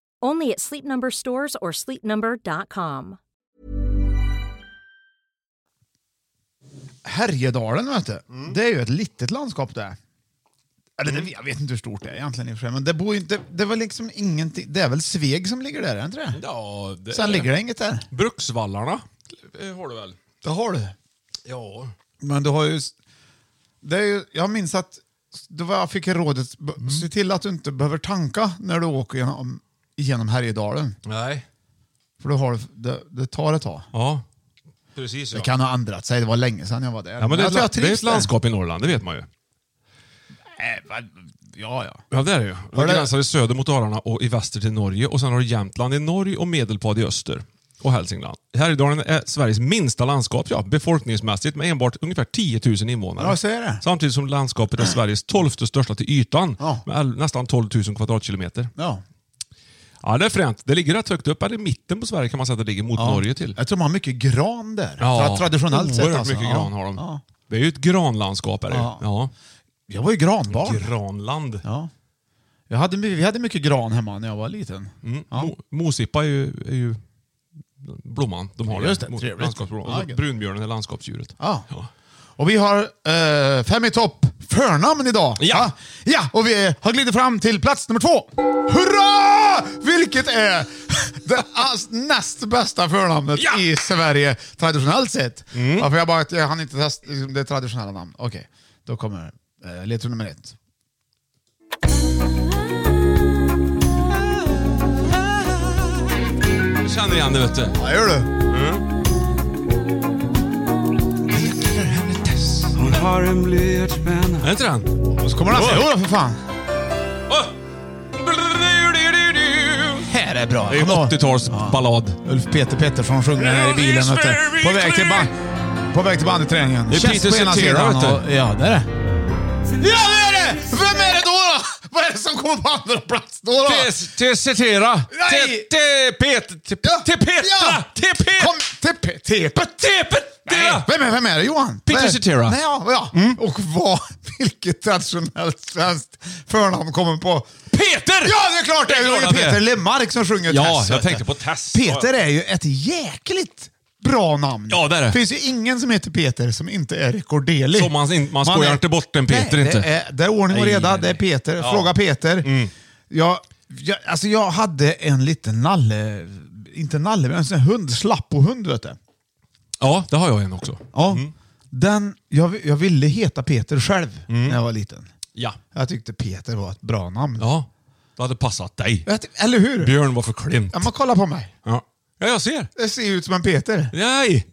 Speaker 10: Only at Sleep Number stores or sleepnumber.com.
Speaker 3: Härjedalen, vet du. det är ju ett litet landskap det. Eller det, jag vet inte hur stort det är egentligen, i och för sig, men det, bor ju inte, det, var liksom ingenting, det är väl Sveg som ligger där, är det inte det?
Speaker 4: Ja, det
Speaker 3: Sen ligger det inget där.
Speaker 4: Bruksvallarna eh, har du väl?
Speaker 3: Det har du.
Speaker 4: Ja.
Speaker 3: Men du har ju... Det är ju jag minns att det var, jag fick rådet, b-
Speaker 4: Mm.
Speaker 3: se till att du inte behöver tanka när du åker genom, genom Härjedalen.
Speaker 4: Nej.
Speaker 3: För då har du, det, det tar ett tag.
Speaker 4: Ja, precis ja.
Speaker 3: Det kan ha ändrat sig, det var länge sedan jag var där.
Speaker 4: ja men det, är
Speaker 3: jag
Speaker 4: ett,
Speaker 3: tror
Speaker 4: la- det är
Speaker 3: jag trivs
Speaker 4: ett
Speaker 3: där.
Speaker 4: landskap i Norrland, det vet man ju.
Speaker 3: Nej, vad- Ja, ja.
Speaker 4: Ja, det är det ju.
Speaker 3: Har
Speaker 4: Det
Speaker 3: det-
Speaker 4: gränsar i söder mot Dalarna och i väster till Norge. Och sen har du Jämtland i norr och Medelpad i öster. och Hälsingland. Härjedalen är Sveriges minsta landskap ja, befolkningsmässigt med enbart ungefär 10 000 invånare.
Speaker 3: Ja, så är det.
Speaker 4: Samtidigt som landskapet är Sveriges tolfte största till ytan med all- nästan 12 000 kvadratkilometer.
Speaker 3: Ja.
Speaker 4: Ja, det är fränt. Det ligger rätt högt upp, eller i mitten på Sverige kan man säga att det ligger mot
Speaker 3: Ja.
Speaker 4: Norge till.
Speaker 3: Jag tror man har mycket gran där. Tra- traditionellt sett
Speaker 4: oerhört
Speaker 3: alltså.
Speaker 4: mycket
Speaker 3: Ja.
Speaker 4: gran har de.
Speaker 3: Ja.
Speaker 4: Det är ju ett granlandskap. Är det. ju.
Speaker 3: Ja.
Speaker 4: Ja.
Speaker 3: Jag var ju granbarn.
Speaker 4: Granland.
Speaker 3: Ja. Jag hade, my- vi hade mycket gran hemma när jag var liten.
Speaker 4: Mm. Mo- Mosippa är ju, är ju blomman de har.
Speaker 3: Just
Speaker 4: där.
Speaker 3: det,
Speaker 4: Mo-
Speaker 3: trevligt.
Speaker 4: landskapsblomman. Och
Speaker 3: Ja,
Speaker 4: så
Speaker 3: gött.
Speaker 4: Brunbjörnen är landskapsdjuret.
Speaker 3: Ja. Och vi har eh, fem i topp förnamn idag. Ja. ja. och vi eh, har glidit fram till plats nummer två. Hurra! Vilket är det as- näst bästa förnamnet i Sverige traditionellt sett.
Speaker 4: Mm.
Speaker 3: Ja, för jag, bara, jag hann inte testa liksom, det traditionella namn. Okej, då kommer eh, ledtråd nummer ett.
Speaker 4: Jag känner igen det vet du.
Speaker 3: Ja, gör du? Mm.
Speaker 5: Hon har en blyertspenna.
Speaker 4: Är det inte den?
Speaker 3: Och så kommer nästa. Jo då, för fan. Här är bra.
Speaker 4: Det är ju
Speaker 3: Kommer du ihåg?
Speaker 4: 80-talsballad.
Speaker 3: Ulf Peter Pettersson sjunger den här i bilen. Vet du. På väg till band. På väg till bandyträningen.
Speaker 4: Det är
Speaker 3: Chest
Speaker 4: Peter
Speaker 3: på ena
Speaker 4: Cetera,
Speaker 3: sidan
Speaker 4: vet du.
Speaker 3: och- Ja, det är det. Ja, det är det! Vem är det då? då? Vad är det som kommer på andra plats då? då?
Speaker 4: Till Cetera.
Speaker 3: Nej!
Speaker 4: Till- Till Petra. Till till Petra.
Speaker 3: Ja.
Speaker 4: Till Petra.
Speaker 3: Kom, tepe, tepet!
Speaker 4: Tepet!
Speaker 3: Nej, Vem är, vem är det Johan?
Speaker 4: Peter
Speaker 3: Vad är det?
Speaker 4: Cetera. Mm.
Speaker 3: Nej, ja, ja. Och vad, vilket traditionellt svenskt förnamn kommer på?
Speaker 4: Peter!
Speaker 3: Ja, det är klart det
Speaker 4: klart
Speaker 3: är! Det är
Speaker 4: att det är.
Speaker 3: Peter Lemark som sjunger
Speaker 4: Ja,
Speaker 3: Tess.
Speaker 4: jag
Speaker 3: vet du.
Speaker 4: tänkte på Tess.
Speaker 3: Peter är ju ett jäkligt bra namn.
Speaker 4: Ja, det är det.
Speaker 3: finns ju ingen som heter Peter som inte är rekorderlig.
Speaker 4: Som man in- man skojar
Speaker 3: är-
Speaker 4: inte bort en Peter,
Speaker 3: nej,
Speaker 4: inte.
Speaker 3: Det är, det är ordning och
Speaker 4: Nej,
Speaker 3: reda,
Speaker 4: nej,
Speaker 3: det är
Speaker 4: nej.
Speaker 3: Peter.
Speaker 4: Ja. Mm.
Speaker 3: Fråga Peter. Jag, jag, alltså jag hade en liten nalle, inte nalle, men en sån här hund, slappohund vet du.
Speaker 4: Ja, det har jag en också.
Speaker 3: Ja. Den, jag, jag ville heta Peter själv
Speaker 4: Mm.
Speaker 3: när jag var liten.
Speaker 4: Ja.
Speaker 3: Jag tyckte Peter var ett bra namn.
Speaker 4: Ja. Det hade passat dig.
Speaker 3: Jag tyck- eller hur?
Speaker 4: Björn var för klint.
Speaker 3: Ja, men kolla på mig.
Speaker 4: Ja. ja, jag ser.
Speaker 3: Det ser ju ut som en Peter.
Speaker 4: Nej!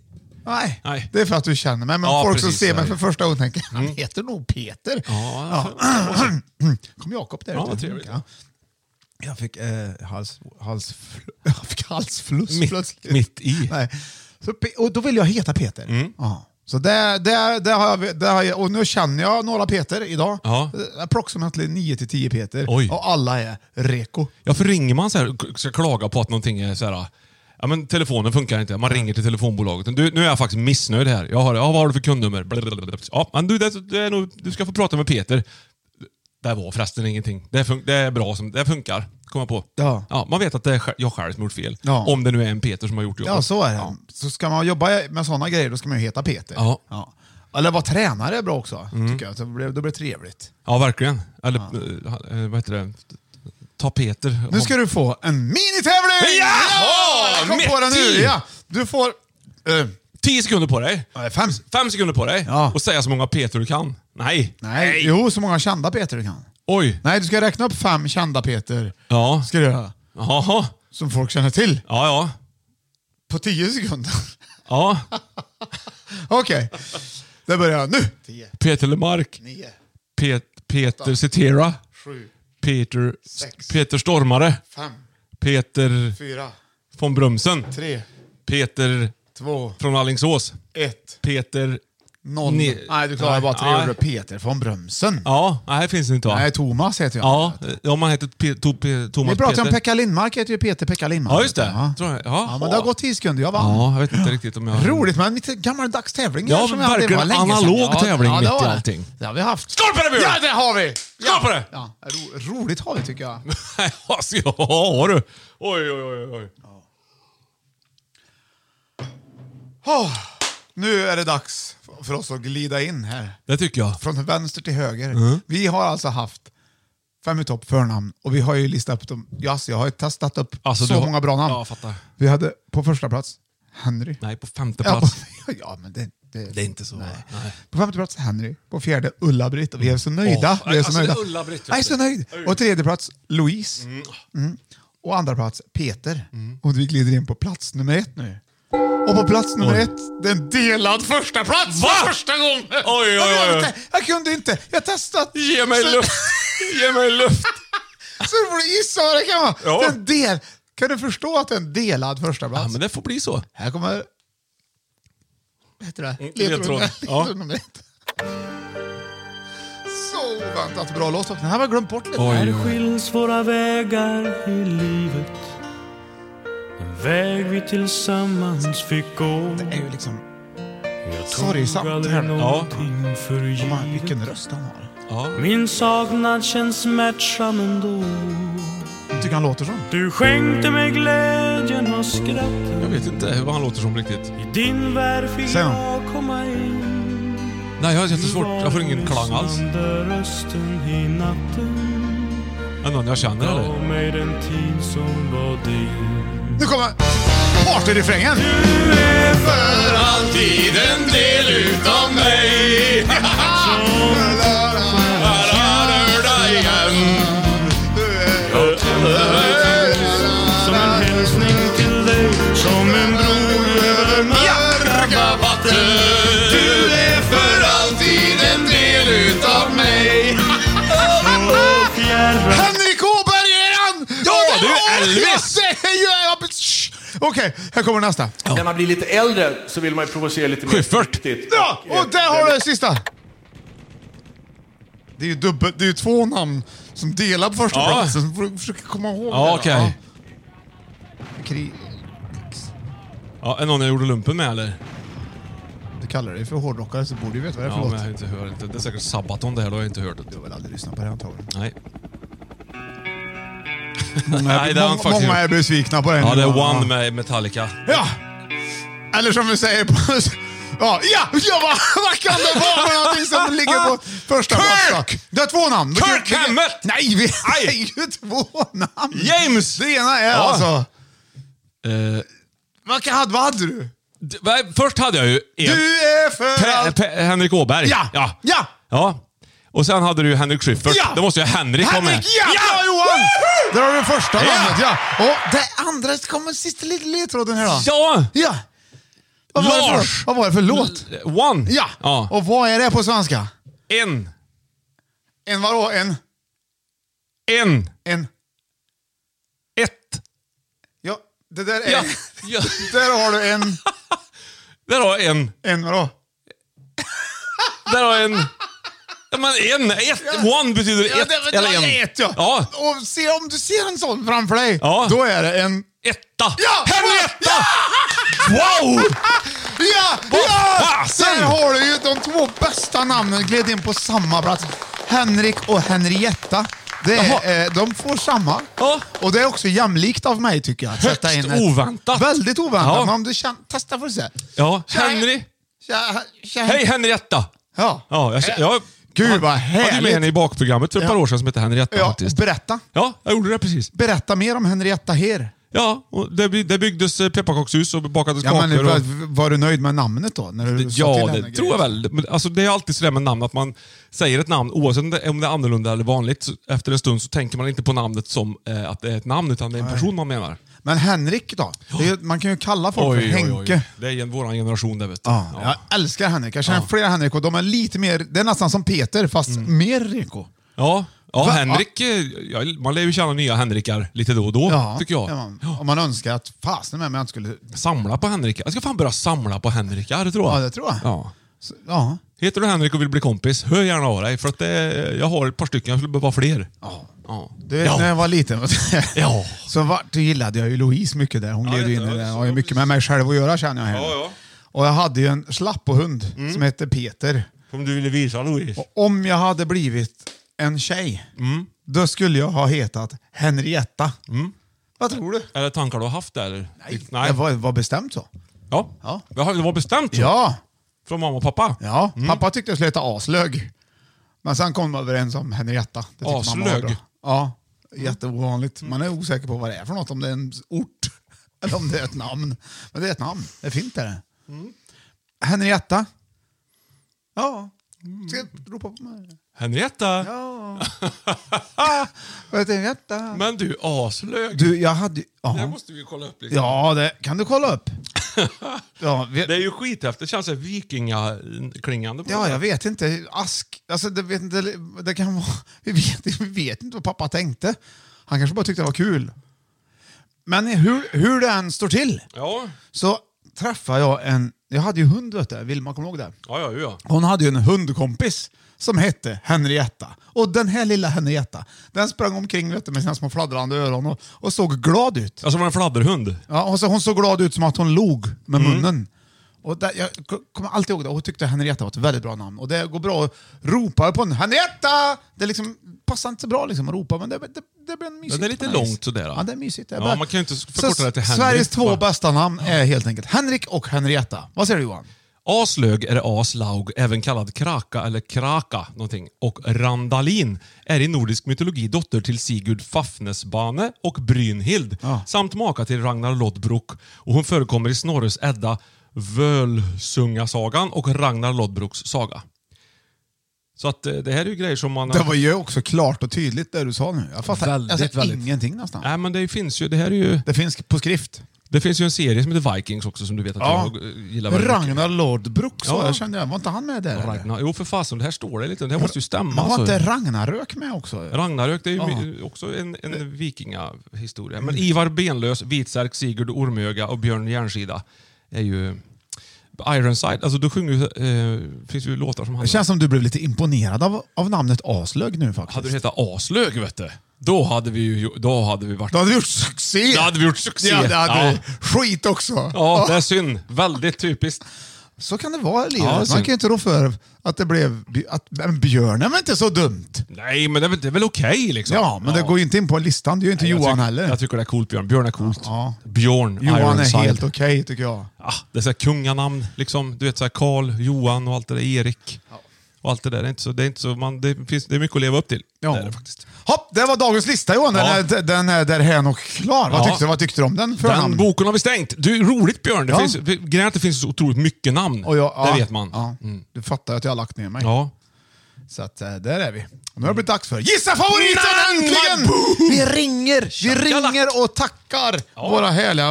Speaker 3: Nej.
Speaker 4: Nej.
Speaker 3: det är för att du känner mig. Men
Speaker 4: Ja,
Speaker 3: folk
Speaker 4: precis,
Speaker 3: som ser
Speaker 4: så är
Speaker 3: mig
Speaker 4: det.
Speaker 3: för första gången tänker han heter nog Peter.
Speaker 4: Ja,
Speaker 3: Kom Jakob där
Speaker 4: Ja,
Speaker 3: ute.
Speaker 4: vad trevligt.
Speaker 3: Ja. Jag fick, eh, hals, hals, jag fick halsfluss
Speaker 4: Mitt-
Speaker 3: plötsligt.
Speaker 4: mitt i. Mm.
Speaker 3: Nej. Så, Pe- och då vill jag heta Peter. Ja. Så där, där, där har jag, där har jag, och nu känner jag några Peter idag.
Speaker 4: Ja.
Speaker 3: Eh, Approximately 9-10 Peter.
Speaker 4: Oj.
Speaker 3: Och alla är reko.
Speaker 4: Ja, för ringer man så här och k- ska klaga på att någonting är så här... Ja, men telefonen funkar inte. Man ringer till telefonbolaget. Du, nu är jag faktiskt missnöjd här. Jag har, ja, vad har du för kundnummer? Blablabla. Ja, men du, det, det är nog, du ska få prata med Peter. Det var förresten ingenting. Det, fun- det är bra som... Det funkar. Kommer jag på.
Speaker 3: Ja.
Speaker 4: man vet att det är sj- jag själv som gjort fel.
Speaker 3: Ja.
Speaker 4: Om det nu är en Peter som har gjort jobbet.
Speaker 3: Ja, så är det. Så ska man jobba med sådana grejer, då ska man ju heta Peter.
Speaker 4: Ja.
Speaker 3: Eller vara tränare är bra också, tycker jag. Så Det blir, det blir trevligt.
Speaker 4: Ja, verkligen. Eller eh, vad heter det? Ta Peter.
Speaker 3: Nu ska du få en minitävling!
Speaker 4: Jaha!
Speaker 3: Jag kom på den
Speaker 4: Mitt
Speaker 3: nu!
Speaker 4: i!
Speaker 3: Ja. Du får... eh,
Speaker 4: Tio sekunder på dig.
Speaker 3: nej, fem.
Speaker 4: Fem sekunder på dig.
Speaker 3: Ja.
Speaker 4: Och säga så många Peter du kan. Nej.
Speaker 3: Nej, jo, så många kända Peter du kan.
Speaker 4: Oj.
Speaker 3: Nej, du ska räkna upp fem kända Peter.
Speaker 4: Ja.
Speaker 3: Ska du göra.
Speaker 4: Jaha.
Speaker 3: Som folk känner till.
Speaker 4: Ja, ja.
Speaker 3: På tio sekunder.
Speaker 4: Ja.
Speaker 3: Okej. Det börjar jag nu. Tio,
Speaker 4: Peter Lemark.
Speaker 3: nio,
Speaker 4: Pet, Peter Cetera.
Speaker 3: sju,
Speaker 4: Peter,
Speaker 3: Sex.
Speaker 4: Peter Stormare.
Speaker 3: fem,
Speaker 4: Peter
Speaker 3: fyra,
Speaker 4: von Brumsen.
Speaker 3: tre,
Speaker 4: Peter
Speaker 3: två,
Speaker 4: från Allingsås.
Speaker 3: ett.
Speaker 4: Peter...
Speaker 3: Noll.
Speaker 4: Ni-
Speaker 3: Nej, du klarar bara tre
Speaker 4: Nej.
Speaker 3: ord. Peter von Brömsen.
Speaker 4: Ja, nej, det finns det inte va?
Speaker 3: Nej, Thomas heter jag.
Speaker 4: Ja, Eh, om man heter Pe- to- Pe- Thomas
Speaker 3: Vi pratade om
Speaker 4: Peter.
Speaker 3: Pekka Lindmark, heter ju Peter Pekka Lindmark.
Speaker 4: Ja, just det.
Speaker 3: Ja.
Speaker 4: Tror jag. Ja.
Speaker 3: Ja, men det har gått tio sekunder, jag vann.
Speaker 4: Ja, jag vet inte riktigt om jag...
Speaker 3: Roligt med en liten gammaldags tävling.
Speaker 4: Ja,
Speaker 3: här som vi hade. Det
Speaker 4: verkligen.
Speaker 3: var länge sedan.
Speaker 4: Analog tävling
Speaker 3: det
Speaker 4: mitt i
Speaker 3: var det.
Speaker 4: allting.
Speaker 3: Det har vi haft.
Speaker 4: Skål på det, Björn!
Speaker 3: Ja, det har vi!
Speaker 4: Skål på det!
Speaker 3: Ja, ro, roligt har vi tycker jag.
Speaker 4: Nej, alltså, ja du. Oj, oj, oj. oj.
Speaker 3: Åh, nu är det dags för oss att glida in här.
Speaker 4: Det tycker jag.
Speaker 3: Från vänster till höger. Vi har alltså haft fem i topp förnamn och vi har ju listat upp dem. Ja, alltså, jag har ju testat upp
Speaker 4: Alltså,
Speaker 3: så
Speaker 4: du har-
Speaker 3: många bra namn.
Speaker 4: Ja, jag fattar.
Speaker 3: Vi hade på första plats Henry.
Speaker 4: Nej, på femte
Speaker 3: Ja,
Speaker 4: plats.
Speaker 3: på, ja, men det, det,
Speaker 4: Det är inte så.
Speaker 3: Nej.
Speaker 4: Nej.
Speaker 3: På femte plats Henry, på fjärde Ulla-Britt. Och Vi är så nöjda.
Speaker 4: Åh,
Speaker 3: vi är så
Speaker 4: alltså, det är
Speaker 3: nöjda.
Speaker 4: Ulla-Britt,
Speaker 3: Jag är
Speaker 4: just
Speaker 3: så
Speaker 4: det.
Speaker 3: nöjd. Och tredje plats Louise. Mm. Och andra plats Peter.
Speaker 4: Mm.
Speaker 3: Och vi glider in på plats nummer ett nu. Och på plats nummer
Speaker 4: Oj.
Speaker 3: ett, den delad första plats för första gången!
Speaker 4: Oj, oj,
Speaker 3: Jag
Speaker 4: oj,
Speaker 3: kunde
Speaker 4: oj.
Speaker 3: inte- Jag kunde inte, jag testat.
Speaker 4: Ge mig
Speaker 3: så,
Speaker 4: luft! Ge mig luft!
Speaker 3: Så du borde gissa vad det kan vara.
Speaker 4: Ja.
Speaker 3: Den del, Kan du förstå att det är en delad första plats?
Speaker 4: Ja, men det får bli så.
Speaker 3: Här kommer... Vad heter det?
Speaker 4: Mm, ledtråd. Ja.
Speaker 3: Ledtrådsnumret. Så oväntat bra låt. Den här var glömt bort lite.
Speaker 11: Här skiljs våra vägar i livet En väg vi tillsammans fick gå Det är ju liksom
Speaker 3: Sorgsamt det här. Ja. De här- Vilken röst han har.
Speaker 11: Min saknad känns smärtsam ändå
Speaker 3: Jag tycker han låter som.
Speaker 11: Du skänkte mig glädjen och skratten
Speaker 4: Jag vet inte vad han låter som riktigt.
Speaker 11: Din värld fick
Speaker 4: Säg honom.
Speaker 11: jag komma in
Speaker 4: Nej, jag har jättesvårt. Jag får ingen klang alls.
Speaker 11: Lyssnande rösten i natten
Speaker 4: Är det någon jag känner eller?
Speaker 11: Gav mig den tid som var din
Speaker 3: Nu kommer partyrefrängen.
Speaker 11: Du är
Speaker 3: för
Speaker 11: alltid en del utav mig Som en hälsning till dig Som en bro över mörka vatten Du är för alltid en del utav mig Så fjärran
Speaker 3: Henrik Åberg är han! Ja, det är Elvis! Det är ju... jag- Shh! Okej, här kommer nästa.
Speaker 12: När man blir lite äldre så vill man ju provocera lite mer. Schyffert!
Speaker 3: Ja, och där har du sista. Det är ju dubbel, det är ju två namn som delar på första
Speaker 4: Ja.
Speaker 3: platsen. Så får du försöka komma ihåg det
Speaker 4: Ja,
Speaker 3: då.
Speaker 4: okej.
Speaker 3: Ja. Kri-
Speaker 4: Ja, är det någon jag gjorde lumpen med eller?
Speaker 3: Du kallar dig för hårdrockare så borde du veta vad det är för
Speaker 4: Ja, men
Speaker 3: låt.
Speaker 4: jag har inte hört det. Det är säkert Sabaton det här, då har jag inte hört det. Du
Speaker 3: har väl aldrig lyssnat på det antagligen?
Speaker 4: Nej.
Speaker 3: Många, är-
Speaker 4: Nej, det har han
Speaker 3: många,
Speaker 4: faktiskt
Speaker 3: många
Speaker 4: gjort.
Speaker 3: är besvikna på den.
Speaker 4: Ja, det är
Speaker 3: nu, va?
Speaker 4: One med Metallica.
Speaker 3: Ja! Eller som vi säger på... Ja, ja, ja vad, vad kan det vara för någonting som ligger på första Kirk! Det är två namn. Kirk Hammett! Nej, vi har ju två namn.
Speaker 4: James!
Speaker 3: Det ena är
Speaker 4: Ja.
Speaker 3: alltså...
Speaker 4: Eh,
Speaker 3: Vad, kan, vad hade du?
Speaker 4: d- vad- först hade jag ju en.
Speaker 3: Du är för...
Speaker 4: Pe- Pe- Henrik Åberg.
Speaker 3: Ja!
Speaker 4: ja!
Speaker 3: Ja!
Speaker 4: Ja. Och sen hade du Henrik Schyffert.
Speaker 3: Ja!
Speaker 4: Det måste ju Henrik ha med.
Speaker 3: Henrik! Ja! Bra Johan! Där har du första
Speaker 4: Ja!
Speaker 3: namnet, ja. Och det andra kommer sista lilla ledtråden här då.
Speaker 4: Ja!
Speaker 3: Ja! Vad var det för-
Speaker 4: Lars!
Speaker 3: Vad var det för låt?
Speaker 4: One.
Speaker 3: Ja.
Speaker 4: ja.
Speaker 3: Och vad är det på svenska?
Speaker 4: En.
Speaker 3: En vadå? En?
Speaker 4: En.
Speaker 3: En.
Speaker 4: Ett.
Speaker 3: Ja, det där är...
Speaker 4: Ja. Ja.
Speaker 3: Där har du en...
Speaker 4: Där har jag en.
Speaker 3: En vadå?
Speaker 4: Där har jag en. Ja, men en. Ett. One betyder
Speaker 3: Ja,
Speaker 4: ett.
Speaker 3: det, det
Speaker 4: eller
Speaker 3: var
Speaker 4: en.
Speaker 3: ett ja.
Speaker 4: ja.
Speaker 3: Och se, om du ser en sån framför dig, då är det en...
Speaker 4: Etta!
Speaker 3: Ja! Henrietta!
Speaker 4: Wow!
Speaker 3: Ja!
Speaker 4: Vad
Speaker 3: ja!
Speaker 4: fasen!
Speaker 3: Där har du ju de två bästa namnen gled in på samma plats. Henrik och Henrietta. Det är, eh, de får samma. Och det är också jämlikt av mig tycker jag. att
Speaker 4: Högst
Speaker 3: sätta in
Speaker 4: oväntat.
Speaker 3: Väldigt oväntat.
Speaker 4: Ja.
Speaker 3: Men om du känner... Testa får du se.
Speaker 4: Ja, Henry.
Speaker 3: Tja, tja,
Speaker 4: Hej Henrietta!
Speaker 3: Ja.
Speaker 4: ja jag, jag,
Speaker 3: Gud vad
Speaker 4: Jag hade med henne
Speaker 3: härligt.
Speaker 4: i bakprogrammet för ett
Speaker 3: Ja.
Speaker 4: par år sedan som hette Henrietta
Speaker 3: Ja,
Speaker 4: faktiskt.
Speaker 3: berätta.
Speaker 4: Ja, jag gjorde det precis.
Speaker 3: Berätta mer om Henrietta Her.
Speaker 4: Ja, och det, by- det byggdes eh, pepparkakshus och bakades
Speaker 3: Ja,
Speaker 4: kakor.
Speaker 3: men,
Speaker 4: och,
Speaker 3: var, var du nöjd med namnet då? När du sa till
Speaker 4: ja
Speaker 3: henne
Speaker 4: det tror jag väl. Men, alltså, det är alltid sådär med namn, att man säger ett namn, oavsett om det är om det är annorlunda eller vanligt, så efter en stund så tänker man inte på namnet som eh, att det är ett namn, utan det är en person man menar.
Speaker 3: Men Henrik då? Det är, ju- man kan ju kalla folk för Henke. Ah,
Speaker 4: Det är ju vår generation det vet du.
Speaker 3: Ja,
Speaker 4: ja. Mm.
Speaker 3: Jag älskar Henrik. Jag känner flera Henrik och de är lite mer... Det är nästan som Peter, fast mer reko.
Speaker 4: Ja, ja,
Speaker 3: Va-
Speaker 4: Henrik, eh, ja, man lär ju känna nya Henrikar lite då och då, tycker jag.
Speaker 3: Ja, man, Om man önskar att fasen med mig inte skulle...
Speaker 4: Samla på Henrikar. Jag ska fan börja samla på Henrikar, tror jag.
Speaker 3: Ja, det tror jag.
Speaker 4: Ja.
Speaker 3: Så, ja.
Speaker 4: Heter du Henrik och vill bli kompis, hör gärna av dig. För att det, jag har ett par stycken, jag skulle behöva fler. Ja. ja.
Speaker 3: Du vet,
Speaker 4: Ja.
Speaker 3: när jag var liten
Speaker 4: Ja.
Speaker 3: så var, då gillade jag ju Louise mycket där. Hon gled ju in i det. Jag har ju mycket med mig själv att göra känner jag. Ja, Mm. ja. Och jag hade ju en slappohund som hette Peter.
Speaker 4: Om du ville visa Louise.
Speaker 3: Och om jag hade blivit en tjej, då skulle jag ha hetat Henrietta. Vad tror du?
Speaker 4: Är det tankar du har haft där? eller? Nej.
Speaker 3: Det var, var bestämt så.
Speaker 4: Ja.
Speaker 3: Ja.
Speaker 4: Det har- det var bestämt så.
Speaker 3: Ja.
Speaker 4: Från mamma och pappa?
Speaker 3: Ja,
Speaker 4: Mm.
Speaker 3: pappa tyckte jag skulle heta Aslög. Men sen kom de överens om Henrietta. Det tyckte mamma var
Speaker 4: Aslög? Mm.
Speaker 3: bra. Ja, jätteovanligt. Man är osäker på vad det är för något, om det är en ort eller om det är ett namn. Men det är ett namn, det är fint är det.
Speaker 4: Mm.
Speaker 3: Henrietta? Ja.
Speaker 4: Mm.
Speaker 3: Ska jag ropa på mig?
Speaker 4: Henrietta?
Speaker 3: Ja. Vad heter Henrietta?
Speaker 4: Men du, aslög.
Speaker 3: Du, jag hade ju- ja.
Speaker 4: Det här måste vi ju kolla upp. Liksom.
Speaker 3: Ja, det kan du kolla upp. ja, vi-
Speaker 4: Det är ju skithäftigt. Det känns så här vikingaklingande på
Speaker 3: Ja,
Speaker 4: det.
Speaker 3: jag vet inte. Ask... Alltså, det, vet inte, det kan vara... Vi vet, vi vet inte vad pappa tänkte. Han kanske bara tyckte det var kul. Men hur, hur det än står till
Speaker 4: Ja.
Speaker 3: så träffade jag en... Jag hade ju hund, vet du. Vilma, kommer du ihåg det?
Speaker 4: Ja, ja, ja.
Speaker 3: Hon hade ju en hundkompis som hette Henrietta. Och den här lilla Henrietta, den sprang omkring vet du, med sina små fladdrande öron och, och såg glad ut.
Speaker 4: Alltså var det en fladderhund?
Speaker 3: Ja, och så hon såg glad ut som att hon log med
Speaker 4: Mm.
Speaker 3: munnen. Och där, jag k- kommer alltid ihåg det. Och Hon tyckte Henrietta var ett väldigt bra namn. Och det går bra att ropa på en Henrietta! Det liksom, passar inte så bra liksom att ropa, men det, det, det blir en mysigt.
Speaker 4: det är lite
Speaker 3: nice.
Speaker 4: långt sådär.
Speaker 3: Ja, det är mysigt. Det är
Speaker 4: Ja,
Speaker 3: bara-
Speaker 4: man kan ju inte förkorta
Speaker 3: Så
Speaker 4: det till Henrik,
Speaker 3: Sveriges två
Speaker 4: bara.
Speaker 3: bästa namn är helt enkelt Henrik och Henrietta. Vad säger du Johan?
Speaker 4: Aslög är aslaug, även kallad kraka eller kraka någonting. och Randalin är i nordisk mytologi dotter till Sigurd Fafnesbane och Brynhild samt maka till Ragnar Lodbrok. Och hon förekommer i Snorres Edda Völsungasagan och Ragnar Lodbroks saga. Så att eh, det här är ju grejer som man...
Speaker 3: Det var ju också klart och tydligt det du sa nu. Jag fattar
Speaker 4: Väldigt,
Speaker 3: alltså,
Speaker 4: väldigt.
Speaker 3: ingenting nästan.
Speaker 4: Nej, men det finns ju... Det här är ju...
Speaker 3: Det finns på skrift.
Speaker 4: Det finns ju en serie som heter Vikings också som du vet att
Speaker 3: Ja.
Speaker 4: jag eh, gillar väldigt mycket.
Speaker 3: Ragnar Lodbrok så
Speaker 4: Ja.
Speaker 3: jag kände, var inte han med där? eller?
Speaker 4: Ragnar. Jo, för fasen. Det här står det lite. Det här måste ju stämma.
Speaker 3: Men var
Speaker 4: alltså.
Speaker 3: inte Ragnarök med också?
Speaker 4: Ragnarök, det är ju
Speaker 3: Ja. Eh.
Speaker 4: my- också en, en vikingahistoria. Men Ivar Benlös, Vitsärk, Sigurd Ormöga och Björn Järnsida är ju... Ironside, alltså då sjunger ju... Eh, finns ju låtar som handlar...
Speaker 3: Det känns som du blev lite imponerad av, av namnet Aslög nu faktiskt.
Speaker 4: Hade du hetat Aslög, vet du, då hade vi ju... Då hade vi varit...
Speaker 3: Då hade vi gjort succé!
Speaker 4: Då hade vi gjort succé!
Speaker 3: Ja, det hade
Speaker 4: ja.
Speaker 3: vi. Skit också!
Speaker 4: ja, det är synd. Väldigt typiskt.
Speaker 3: Så kan det vara i livet.
Speaker 4: Ja,
Speaker 3: Man
Speaker 4: så-
Speaker 3: kan ju inte rå för att det blev... Att, men björnen var inte så dumt.
Speaker 4: Nej, men det är väl, det är väl okej liksom.
Speaker 3: Ja, men det går ju inte in på listan. Det är ju inte
Speaker 4: Jag
Speaker 3: Johan
Speaker 4: tycker-
Speaker 3: heller.
Speaker 4: Jag tycker det är coolt, Björn. Björn är coolt.
Speaker 3: Ja.
Speaker 4: Björn,
Speaker 3: Johan är
Speaker 4: Ironside.
Speaker 3: helt okej tycker jag.
Speaker 4: Ah, det är så här kunganamn, liksom. Du vet, så här Karl, Johan och allt det där. Erik. Och allt det där. Det är, inte så, det, är inte så, man, det, finns, det är mycket att leva upp till.
Speaker 3: Ja.
Speaker 4: Det är det faktiskt.
Speaker 3: Hopp, det var dagens lista Johan. Den,
Speaker 4: Ja.
Speaker 3: är, den är där här och klar. Vad,
Speaker 4: Ja.
Speaker 3: tyckte, vad tyckte du om den? För
Speaker 4: Den boken har vi stängt. Du, roligt Björn. Det
Speaker 3: Ja.
Speaker 4: finns, grejen är att det finns så otroligt mycket namn.
Speaker 3: Och jag,
Speaker 4: Det
Speaker 3: ja,
Speaker 4: vet man. Mm.
Speaker 3: Ja. Du fattar ju att jag har lagt ner mig.
Speaker 4: Ja.
Speaker 3: Så att, eh, där är vi. Och nu har det blivit dags för Gissa favoriten
Speaker 11: Namn!
Speaker 3: äntligen! Vi ringer, vi ringer och tackar våra härliga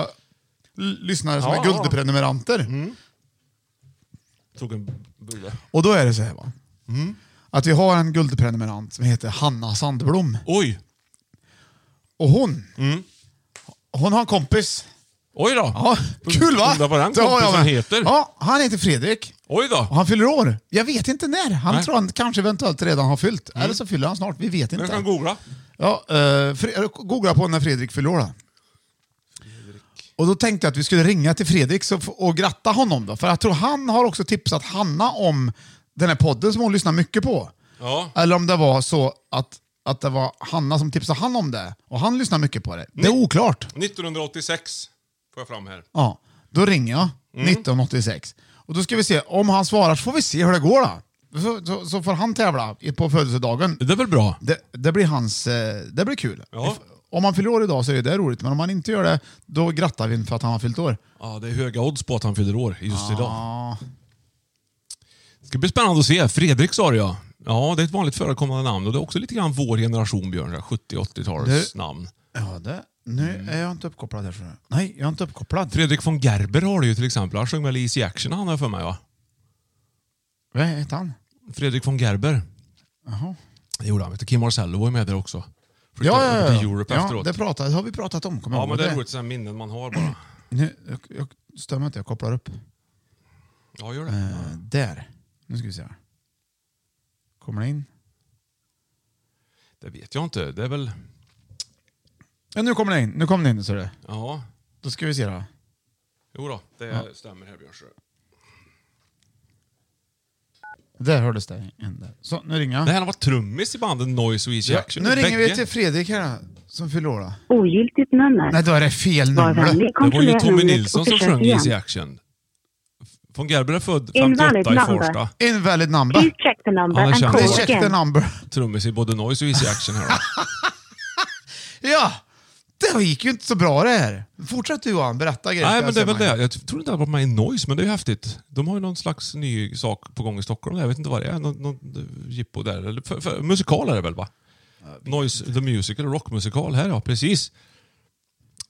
Speaker 3: l- lyssnare som
Speaker 4: Ja, Mm.
Speaker 3: är
Speaker 4: ja.
Speaker 3: guldprenumeranter.
Speaker 4: Tog en bulle.
Speaker 3: Och då är det så här va.
Speaker 4: Mm.
Speaker 3: Att vi har en guldprenumerant som heter Hanna Sandblom.
Speaker 4: Oj!
Speaker 3: Och hon,
Speaker 4: Mm.
Speaker 3: hon har en kompis.
Speaker 4: Oj då!
Speaker 3: Ja, kul va?
Speaker 4: Undrar vad den
Speaker 3: Det har jag
Speaker 4: kompisen
Speaker 3: med.
Speaker 4: heter.
Speaker 3: Ja, han heter Fredrik.
Speaker 4: Oj då!
Speaker 3: Och han fyller år. Jag vet inte när. Han
Speaker 4: Nej. Mm.
Speaker 3: tror han kanske eventuellt redan har fyllt. Eller så fyller han snart. Vi vet
Speaker 4: Jag
Speaker 3: inte.
Speaker 4: kan googla.
Speaker 3: Ja, eh, Fre- googla på när Fredrik fyller år. då. Och då tänkte jag att vi skulle ringa till Fredrik så f- och gratta honom. Då, för jag tror han har också tipsat Hanna om den här podden som hon lyssnar mycket på.
Speaker 4: Ja.
Speaker 3: Eller om det var så att, att det var Hanna som tipsade han om det. Och han lyssnar mycket på det. Det är oklart.
Speaker 4: 1986 får jag fram här.
Speaker 3: Ja, då ringer jag 1986. Och då ska vi se, om han svarar så får vi se hur det går då. Så, så, så får han tävla i- på födelsedagen.
Speaker 4: Det är väl bra?
Speaker 3: Det, det blir hans... eh, Det blir kul.
Speaker 4: Ja.
Speaker 3: Om han fyller år idag så är det roligt, men om han inte gör det, då grattar vi honom för att han har fyllt år.
Speaker 4: Ja, det är höga odds på att han fyller år just idag.
Speaker 3: Ja.
Speaker 4: Det ska bli spännande att se. Fredrik sa det ja. Ja, det är ett vanligt förekommande namn och det är också lite grann vår generation, Björn. 70-80-tals
Speaker 3: Det-
Speaker 4: namn.
Speaker 3: ja det.
Speaker 4: Mm.
Speaker 3: Nu är jag inte uppkopplad här. tror jag. Nej, jag är inte uppkopplad.
Speaker 4: Fredrik von Gerber har du ju till exempel. Han sjöng väl Easy Action han har jag för mig va?
Speaker 3: Vad heter han?
Speaker 4: Fredrik von Gerber.
Speaker 3: Jaha.
Speaker 4: Det gjorde han. Vet du, Kim Marcello var ju med där också.
Speaker 3: Ja,
Speaker 4: Flyttade
Speaker 3: ja,
Speaker 4: över
Speaker 3: ja.
Speaker 4: till Europe
Speaker 3: ja
Speaker 4: efteråt.
Speaker 3: det, pratar, det har vi pratat om. Kommer jag
Speaker 4: ja,
Speaker 3: ihåg
Speaker 4: men det är roligt. Sådana minnen man har bara.
Speaker 3: Nu, jag, jag, stämmer inte, jag kopplar upp.
Speaker 4: Ja, gör det.
Speaker 3: Eh, där. Nu ska vi se. här. Kommer det in?
Speaker 4: Det vet jag inte. Det är väl...
Speaker 3: Ja, nu kommer det in. Nu kommer det in, ser du.
Speaker 4: Ja.
Speaker 3: Då ska vi se då.
Speaker 4: Jo då, det
Speaker 3: Ja.
Speaker 4: stämmer här Björn. Sjö.
Speaker 3: Där hördes det. In där. Så, nu ringer jag.
Speaker 4: Nej, han har varit trummis i banden Noise och Easy
Speaker 3: Ja,
Speaker 4: Action.
Speaker 3: nu ringer vi
Speaker 4: Bägge.
Speaker 3: till Fredrik här som fyller år. då.
Speaker 13: Ogiltigt nummer.
Speaker 3: Nej, då är det fel
Speaker 13: Var
Speaker 3: nummer.
Speaker 13: vänlig,
Speaker 4: Det var ju
Speaker 13: kontrollera
Speaker 4: Tommy
Speaker 13: numret
Speaker 4: Nilsson
Speaker 13: och
Speaker 4: som
Speaker 13: försök
Speaker 4: sjöng
Speaker 13: igen.
Speaker 4: Easy Action. Von Gerber är född
Speaker 13: Invalid
Speaker 4: 58 i
Speaker 13: number.
Speaker 4: Farsta.
Speaker 3: Invalid number.
Speaker 13: Please check the number
Speaker 4: Ja, det
Speaker 13: and
Speaker 4: känns
Speaker 13: call
Speaker 4: så.
Speaker 3: Check the
Speaker 13: again.
Speaker 3: number.
Speaker 4: Trummis i både Noise och Easy Action här. va?
Speaker 3: Ja, det gick ju inte så bra det här. Fortsätt du Johan, berätta grejer.
Speaker 4: Nej, men
Speaker 3: ska jag
Speaker 4: det är
Speaker 3: se
Speaker 4: väl
Speaker 3: mig.
Speaker 4: det. Jag tror inte han var med i Noise, men det är ju häftigt. De har ju någon slags ny sak på gång i Stockholm. Jag vet inte vad det är. Någon, någon jippo där. Eller för, för, musikal är det väl, va? Noise the Musical, rockmusikal. Här ja, precis.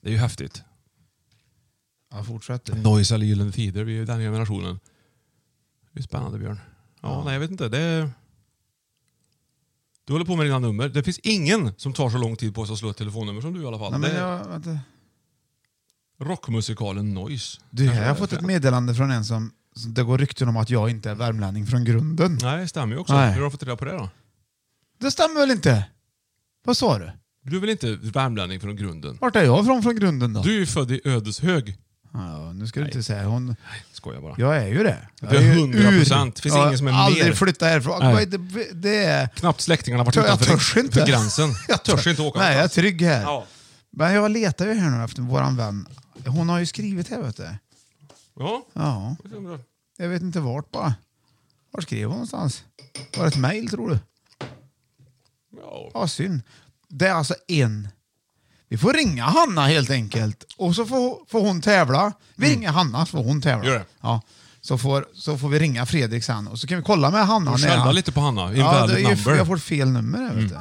Speaker 4: Det är ju häftigt.
Speaker 3: Ja, fortsätt du.
Speaker 4: Noise eller Gyllene Tider, vi är ju den generationen. Det är spännande Björn. Ja, nej jag vet inte. Det är... Du håller på med dina nummer. Det finns ingen som tar så lång tid på sig att slå ett telefonnummer som du i alla fall.
Speaker 3: Nej,
Speaker 4: det...
Speaker 3: men jag, vänta.
Speaker 4: rockmusikalen Noise.
Speaker 3: Du, här har jag fått ett meddelande från en som... som Det går rykten om att jag inte är värmlänning från grunden.
Speaker 4: Nej, det stämmer ju också.
Speaker 3: Nej.
Speaker 4: Hur har du fått reda på det då?
Speaker 3: Det stämmer väl inte? Vad sa du?
Speaker 4: Du är väl inte värmlänning från grunden?
Speaker 3: Vart är jag ifrån från grunden då?
Speaker 4: Du är ju född i Ödeshög.
Speaker 3: Ja, nu ska du inte säga hon...
Speaker 4: Skojar bara.
Speaker 3: Jag är ju det.
Speaker 4: Du är
Speaker 3: ju
Speaker 4: 100 procent.
Speaker 3: ur-
Speaker 4: Finns
Speaker 3: jag har
Speaker 4: ingen som är mer.
Speaker 3: aldrig flyttat härifrån.
Speaker 4: Nej.
Speaker 3: Vad är Det, det är...
Speaker 4: Knappt släktingarna har varit
Speaker 3: Jag
Speaker 4: utanför
Speaker 3: törs
Speaker 4: för
Speaker 3: inte.
Speaker 4: gränsen.
Speaker 3: Jag
Speaker 4: törs inte åka
Speaker 3: Nej, jag är
Speaker 4: någonstans.
Speaker 3: trygg här.
Speaker 4: Ja.
Speaker 3: Men jag letar ju här nu efter våran vän. Hon har ju skrivit här, vet du.
Speaker 4: Ja.
Speaker 3: Ja. Jag vet inte vart bara. Var skrev hon någonstans? Var det ett mejl, tror du?
Speaker 4: Ja.
Speaker 3: Ja, synd. Det är alltså en... Vi får ringa Hanna helt enkelt. Och så får, får hon tävla. Vi ringer Hanna så får hon tävla.
Speaker 4: Mm. Gör det.
Speaker 3: Ja. Så, får, så får vi ringa Fredrik sen och så kan vi kolla med Hanna.
Speaker 4: Och
Speaker 3: när
Speaker 4: skälla
Speaker 3: han-
Speaker 4: lite på Hanna.
Speaker 3: Ja,
Speaker 4: Invalid
Speaker 3: det är ju,
Speaker 4: number. Mm.
Speaker 3: jag får fel nummer här, vet du.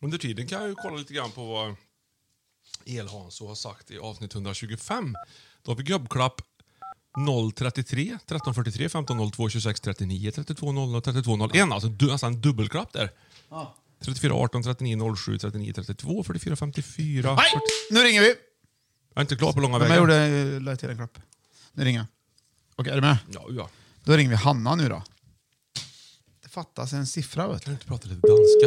Speaker 4: Under tiden kan jag ju kolla lite grann på vad Elhans har sagt i avsnitt 125. Då har vi gubbklapp 033 1343 1502 26 39 32 00 32 01. Alltså du, nästan en dubbelklapp där. 34 18 39 07 39 32 44 54
Speaker 3: Nej, nu ringer vi!
Speaker 4: Jag är inte klar på långa
Speaker 3: Men jag
Speaker 4: vägar.
Speaker 3: gjorde, eh, la till en klapp. Nu ringer jag. Okej, är du med?
Speaker 4: Ja, ja.
Speaker 3: Då ringer vi Hanna nu då. Det fattas en siffra, vet du. Kan du
Speaker 4: inte prata lite danska?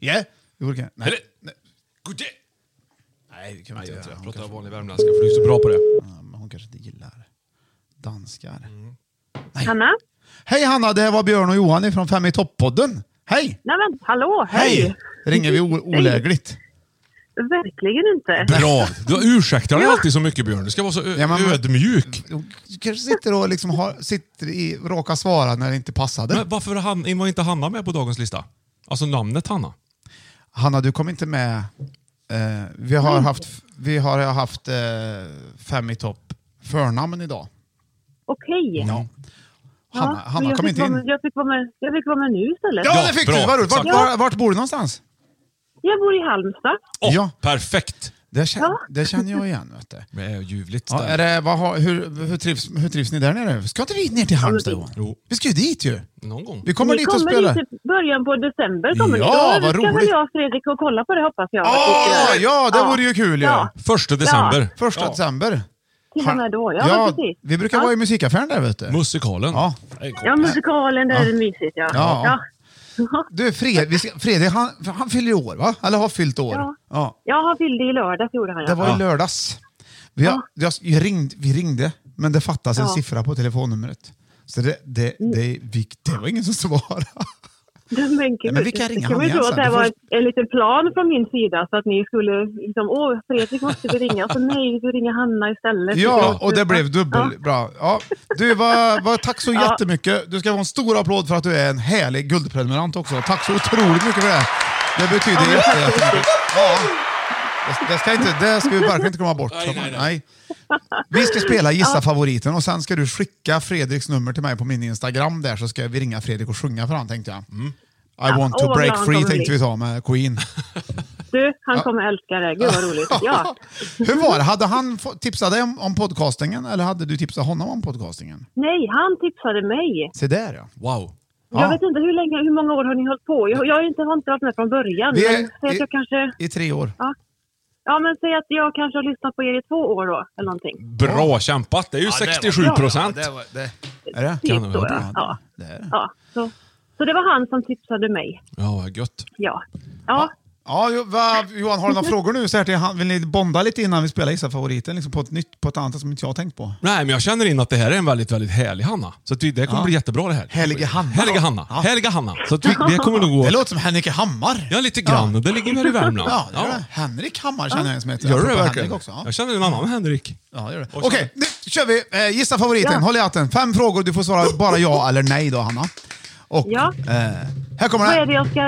Speaker 3: Ja! Yeah. Jo, det kan jag. Nej.
Speaker 4: Eller?
Speaker 3: Nej.
Speaker 4: God day!
Speaker 3: Nej, det kan vi
Speaker 4: Nej,
Speaker 3: inte
Speaker 4: jag, tror
Speaker 3: göra.
Speaker 4: jag
Speaker 3: Hon
Speaker 4: pratar
Speaker 3: kanske-
Speaker 4: vanlig värmländska för du är så bra på det.
Speaker 3: Ja, men hon kanske inte gillar danskar.
Speaker 4: Mm.
Speaker 13: Hanna?
Speaker 3: Hej Hanna, det här var Björn och Johan från Fem i topp-podden. Hej!
Speaker 13: Nej men hallå, hej!
Speaker 3: Ringer vi o- olägligt?
Speaker 13: Verkligen inte.
Speaker 4: Bra! Du ursäktar dig alltid så mycket Björn. Du ska vara så ö- ödmjuk.
Speaker 3: Du kanske sitter och liksom har, sitter i, råkar svara när det inte passade.
Speaker 4: Men varför han, var inte Hanna med på dagens lista? Alltså namnet Hanna.
Speaker 3: Hanna, du kom inte med. Eh, vi
Speaker 13: Mm.
Speaker 3: har haft, vi har haft eh, fem i topp förnamn idag.
Speaker 13: Okej.
Speaker 3: Ja.
Speaker 13: Ja,
Speaker 3: Hanna,
Speaker 13: men
Speaker 3: Hanna
Speaker 13: jag
Speaker 3: kom
Speaker 13: fick
Speaker 3: inte
Speaker 13: vara
Speaker 3: in.
Speaker 13: Med, jag, fick vara med, jag fick vara med nu istället.
Speaker 3: Ja, det fick
Speaker 4: bra,
Speaker 3: du! Vad roligt. Vart,
Speaker 4: exakt.
Speaker 3: var, vart bor du någonstans?
Speaker 13: Jag bor i Halmstad.
Speaker 3: ja.
Speaker 4: Perfekt!
Speaker 3: Det, känner, det känner jag igen. Vet du.
Speaker 4: Det är ljuvligt.
Speaker 3: Ja,
Speaker 4: där.
Speaker 3: är det, vad, har- hur, hur, trivs, hur trivs ni där nere? Ska inte vi ner till Halmstad Johan?
Speaker 4: Jo.
Speaker 3: Vi ska ju dit ju!
Speaker 4: Någon gång.
Speaker 3: Vi kommer
Speaker 13: Ni
Speaker 3: dit och
Speaker 13: kommer
Speaker 3: spelar.
Speaker 13: hit i början på december. Kommer ni.
Speaker 3: Ja,
Speaker 13: Då
Speaker 3: vad
Speaker 13: ska
Speaker 3: roligt.
Speaker 13: väl jag och Fredrik och kolla på det hoppas jag.
Speaker 3: Ja, Ah, ja, det vore ju kul ju!
Speaker 13: Ja.
Speaker 4: Första december.
Speaker 3: Första
Speaker 4: Ja.
Speaker 3: december.
Speaker 13: Till och med då, ja,
Speaker 3: Ja,
Speaker 13: precis.
Speaker 3: vi brukar vara i musikaffären där vet du.
Speaker 4: Musikalen.
Speaker 3: Ja.
Speaker 13: Ja, musikalen, där
Speaker 3: Ja.
Speaker 13: är det mysigt ja.
Speaker 3: Ja.
Speaker 13: ja.
Speaker 3: Du Fred, vi ska, Fredrik, han, han fyller ju år va? Eller har fyllt år.
Speaker 13: Ja.
Speaker 3: ja.
Speaker 13: Ja, han fyllde i lördags gjorde han ja.
Speaker 3: Det var i lördags. Vi, har, jag, jag ringde, vi ringde, men det fattas en
Speaker 13: Ja. Mm.
Speaker 3: siffra på telefonnumret. Så det, det, det, vi, det var ingen som svarade.
Speaker 13: Men, gud,
Speaker 3: Nej, men vi kan ringa
Speaker 13: kan
Speaker 3: han
Speaker 13: vi
Speaker 3: igen
Speaker 13: tro att
Speaker 3: sen.
Speaker 13: det
Speaker 3: Du
Speaker 13: här
Speaker 3: får-
Speaker 13: var ett- en liten plan från min sida så att ni skulle liksom, åh Fredrik måste vi ringa, så nej vi får ringa Hanna istället.
Speaker 3: Ja, och det blev dubbel.
Speaker 13: Ja.
Speaker 3: Bra. Ja. Du, var, var, tack så
Speaker 13: Ja.
Speaker 3: jättemycket. Du ska få en stor applåd för att du är en härlig guldprenumerant också. Tack så otroligt mycket för det. Det betyder
Speaker 13: men
Speaker 3: jätte-
Speaker 13: tack så
Speaker 3: jättemycket.
Speaker 13: mycket.
Speaker 3: Ja. Det, det, ska inte, det ska vi verkligen inte komma bort
Speaker 4: Nej, nej, nej.
Speaker 3: Vi ska spela Gissa
Speaker 13: Ja.
Speaker 3: favoriten och sen ska du skicka Fredriks nummer till mig på min Instagram där så ska vi ringa Fredrik och sjunga för han tänkte jag.
Speaker 4: Mm.
Speaker 3: I want
Speaker 13: Åh,
Speaker 3: to
Speaker 13: vad bra
Speaker 3: break
Speaker 13: han
Speaker 3: free
Speaker 13: kommer
Speaker 3: tänkte
Speaker 13: bli.
Speaker 3: vi ta med Queen.
Speaker 13: Du, han kommer älska det. Gud vad roligt. Ja.
Speaker 3: Hur var det? Hade han få- tipsat dig om, om podcastingen eller hade du tipsat honom om podcastingen?
Speaker 13: Nej, han tipsade mig.
Speaker 3: Se där ja.
Speaker 4: Wow.
Speaker 3: Ja.
Speaker 13: Jag vet inte hur, länge, hur många år har ni hållit på? Jag, jag har inte, har inte varit med från början.
Speaker 3: Vi är-
Speaker 13: men säg att
Speaker 3: i-
Speaker 13: jag kanske,
Speaker 3: I tre år.
Speaker 13: ja, men säg att jag kanske har lyssnat på er i två år då, eller någonting.
Speaker 4: Bra kämpat. Det är ju 67 procent.
Speaker 3: Är det?
Speaker 13: Typ
Speaker 4: det
Speaker 13: då,
Speaker 4: vara
Speaker 13: ja. ja.
Speaker 3: Det är det.
Speaker 13: ja. Så, så det var han som tipsade mig.
Speaker 4: Ja, vad gött.
Speaker 13: Ja. Ja,
Speaker 3: Ja, jo- va, Johan, har du några frågor nu? Så här till, han- vill ni bonda lite innan vi spelar Gissa favoriten? Liksom på, ett nytt, på ett annat sätt som inte jag har tänkt på.
Speaker 4: Nej, men jag känner in att det här är en väldigt, väldigt härlig Hanna. Så att vi, det kommer
Speaker 3: Ja.
Speaker 4: bli jättebra det här.
Speaker 3: Helige Hanna.
Speaker 4: Härliga Hanna.
Speaker 3: Ja.
Speaker 4: Härliga Hanna. Så att vi, det kommer nog gå...
Speaker 3: Det låter som Henrik Hammar.
Speaker 4: Ja, lite grann. Det ligger väl i Värmland.
Speaker 3: Ja, det gör det. Henrik Hammar känner jag en som heter.
Speaker 4: Gör du det
Speaker 3: Apropå
Speaker 4: verkligen?
Speaker 3: Henrik Också, ja.
Speaker 4: Jag känner en annan Henrik.
Speaker 3: Ja, gör det.
Speaker 4: Och
Speaker 3: Okej, nu kör vi. Eh, gissa favoriten. Håll i hatten. Fem frågor. Du får svara bara ja eller nej då, Hanna. Och
Speaker 13: ja.
Speaker 3: eh, här kommer
Speaker 13: Vad är,
Speaker 3: den.
Speaker 13: det jag ska,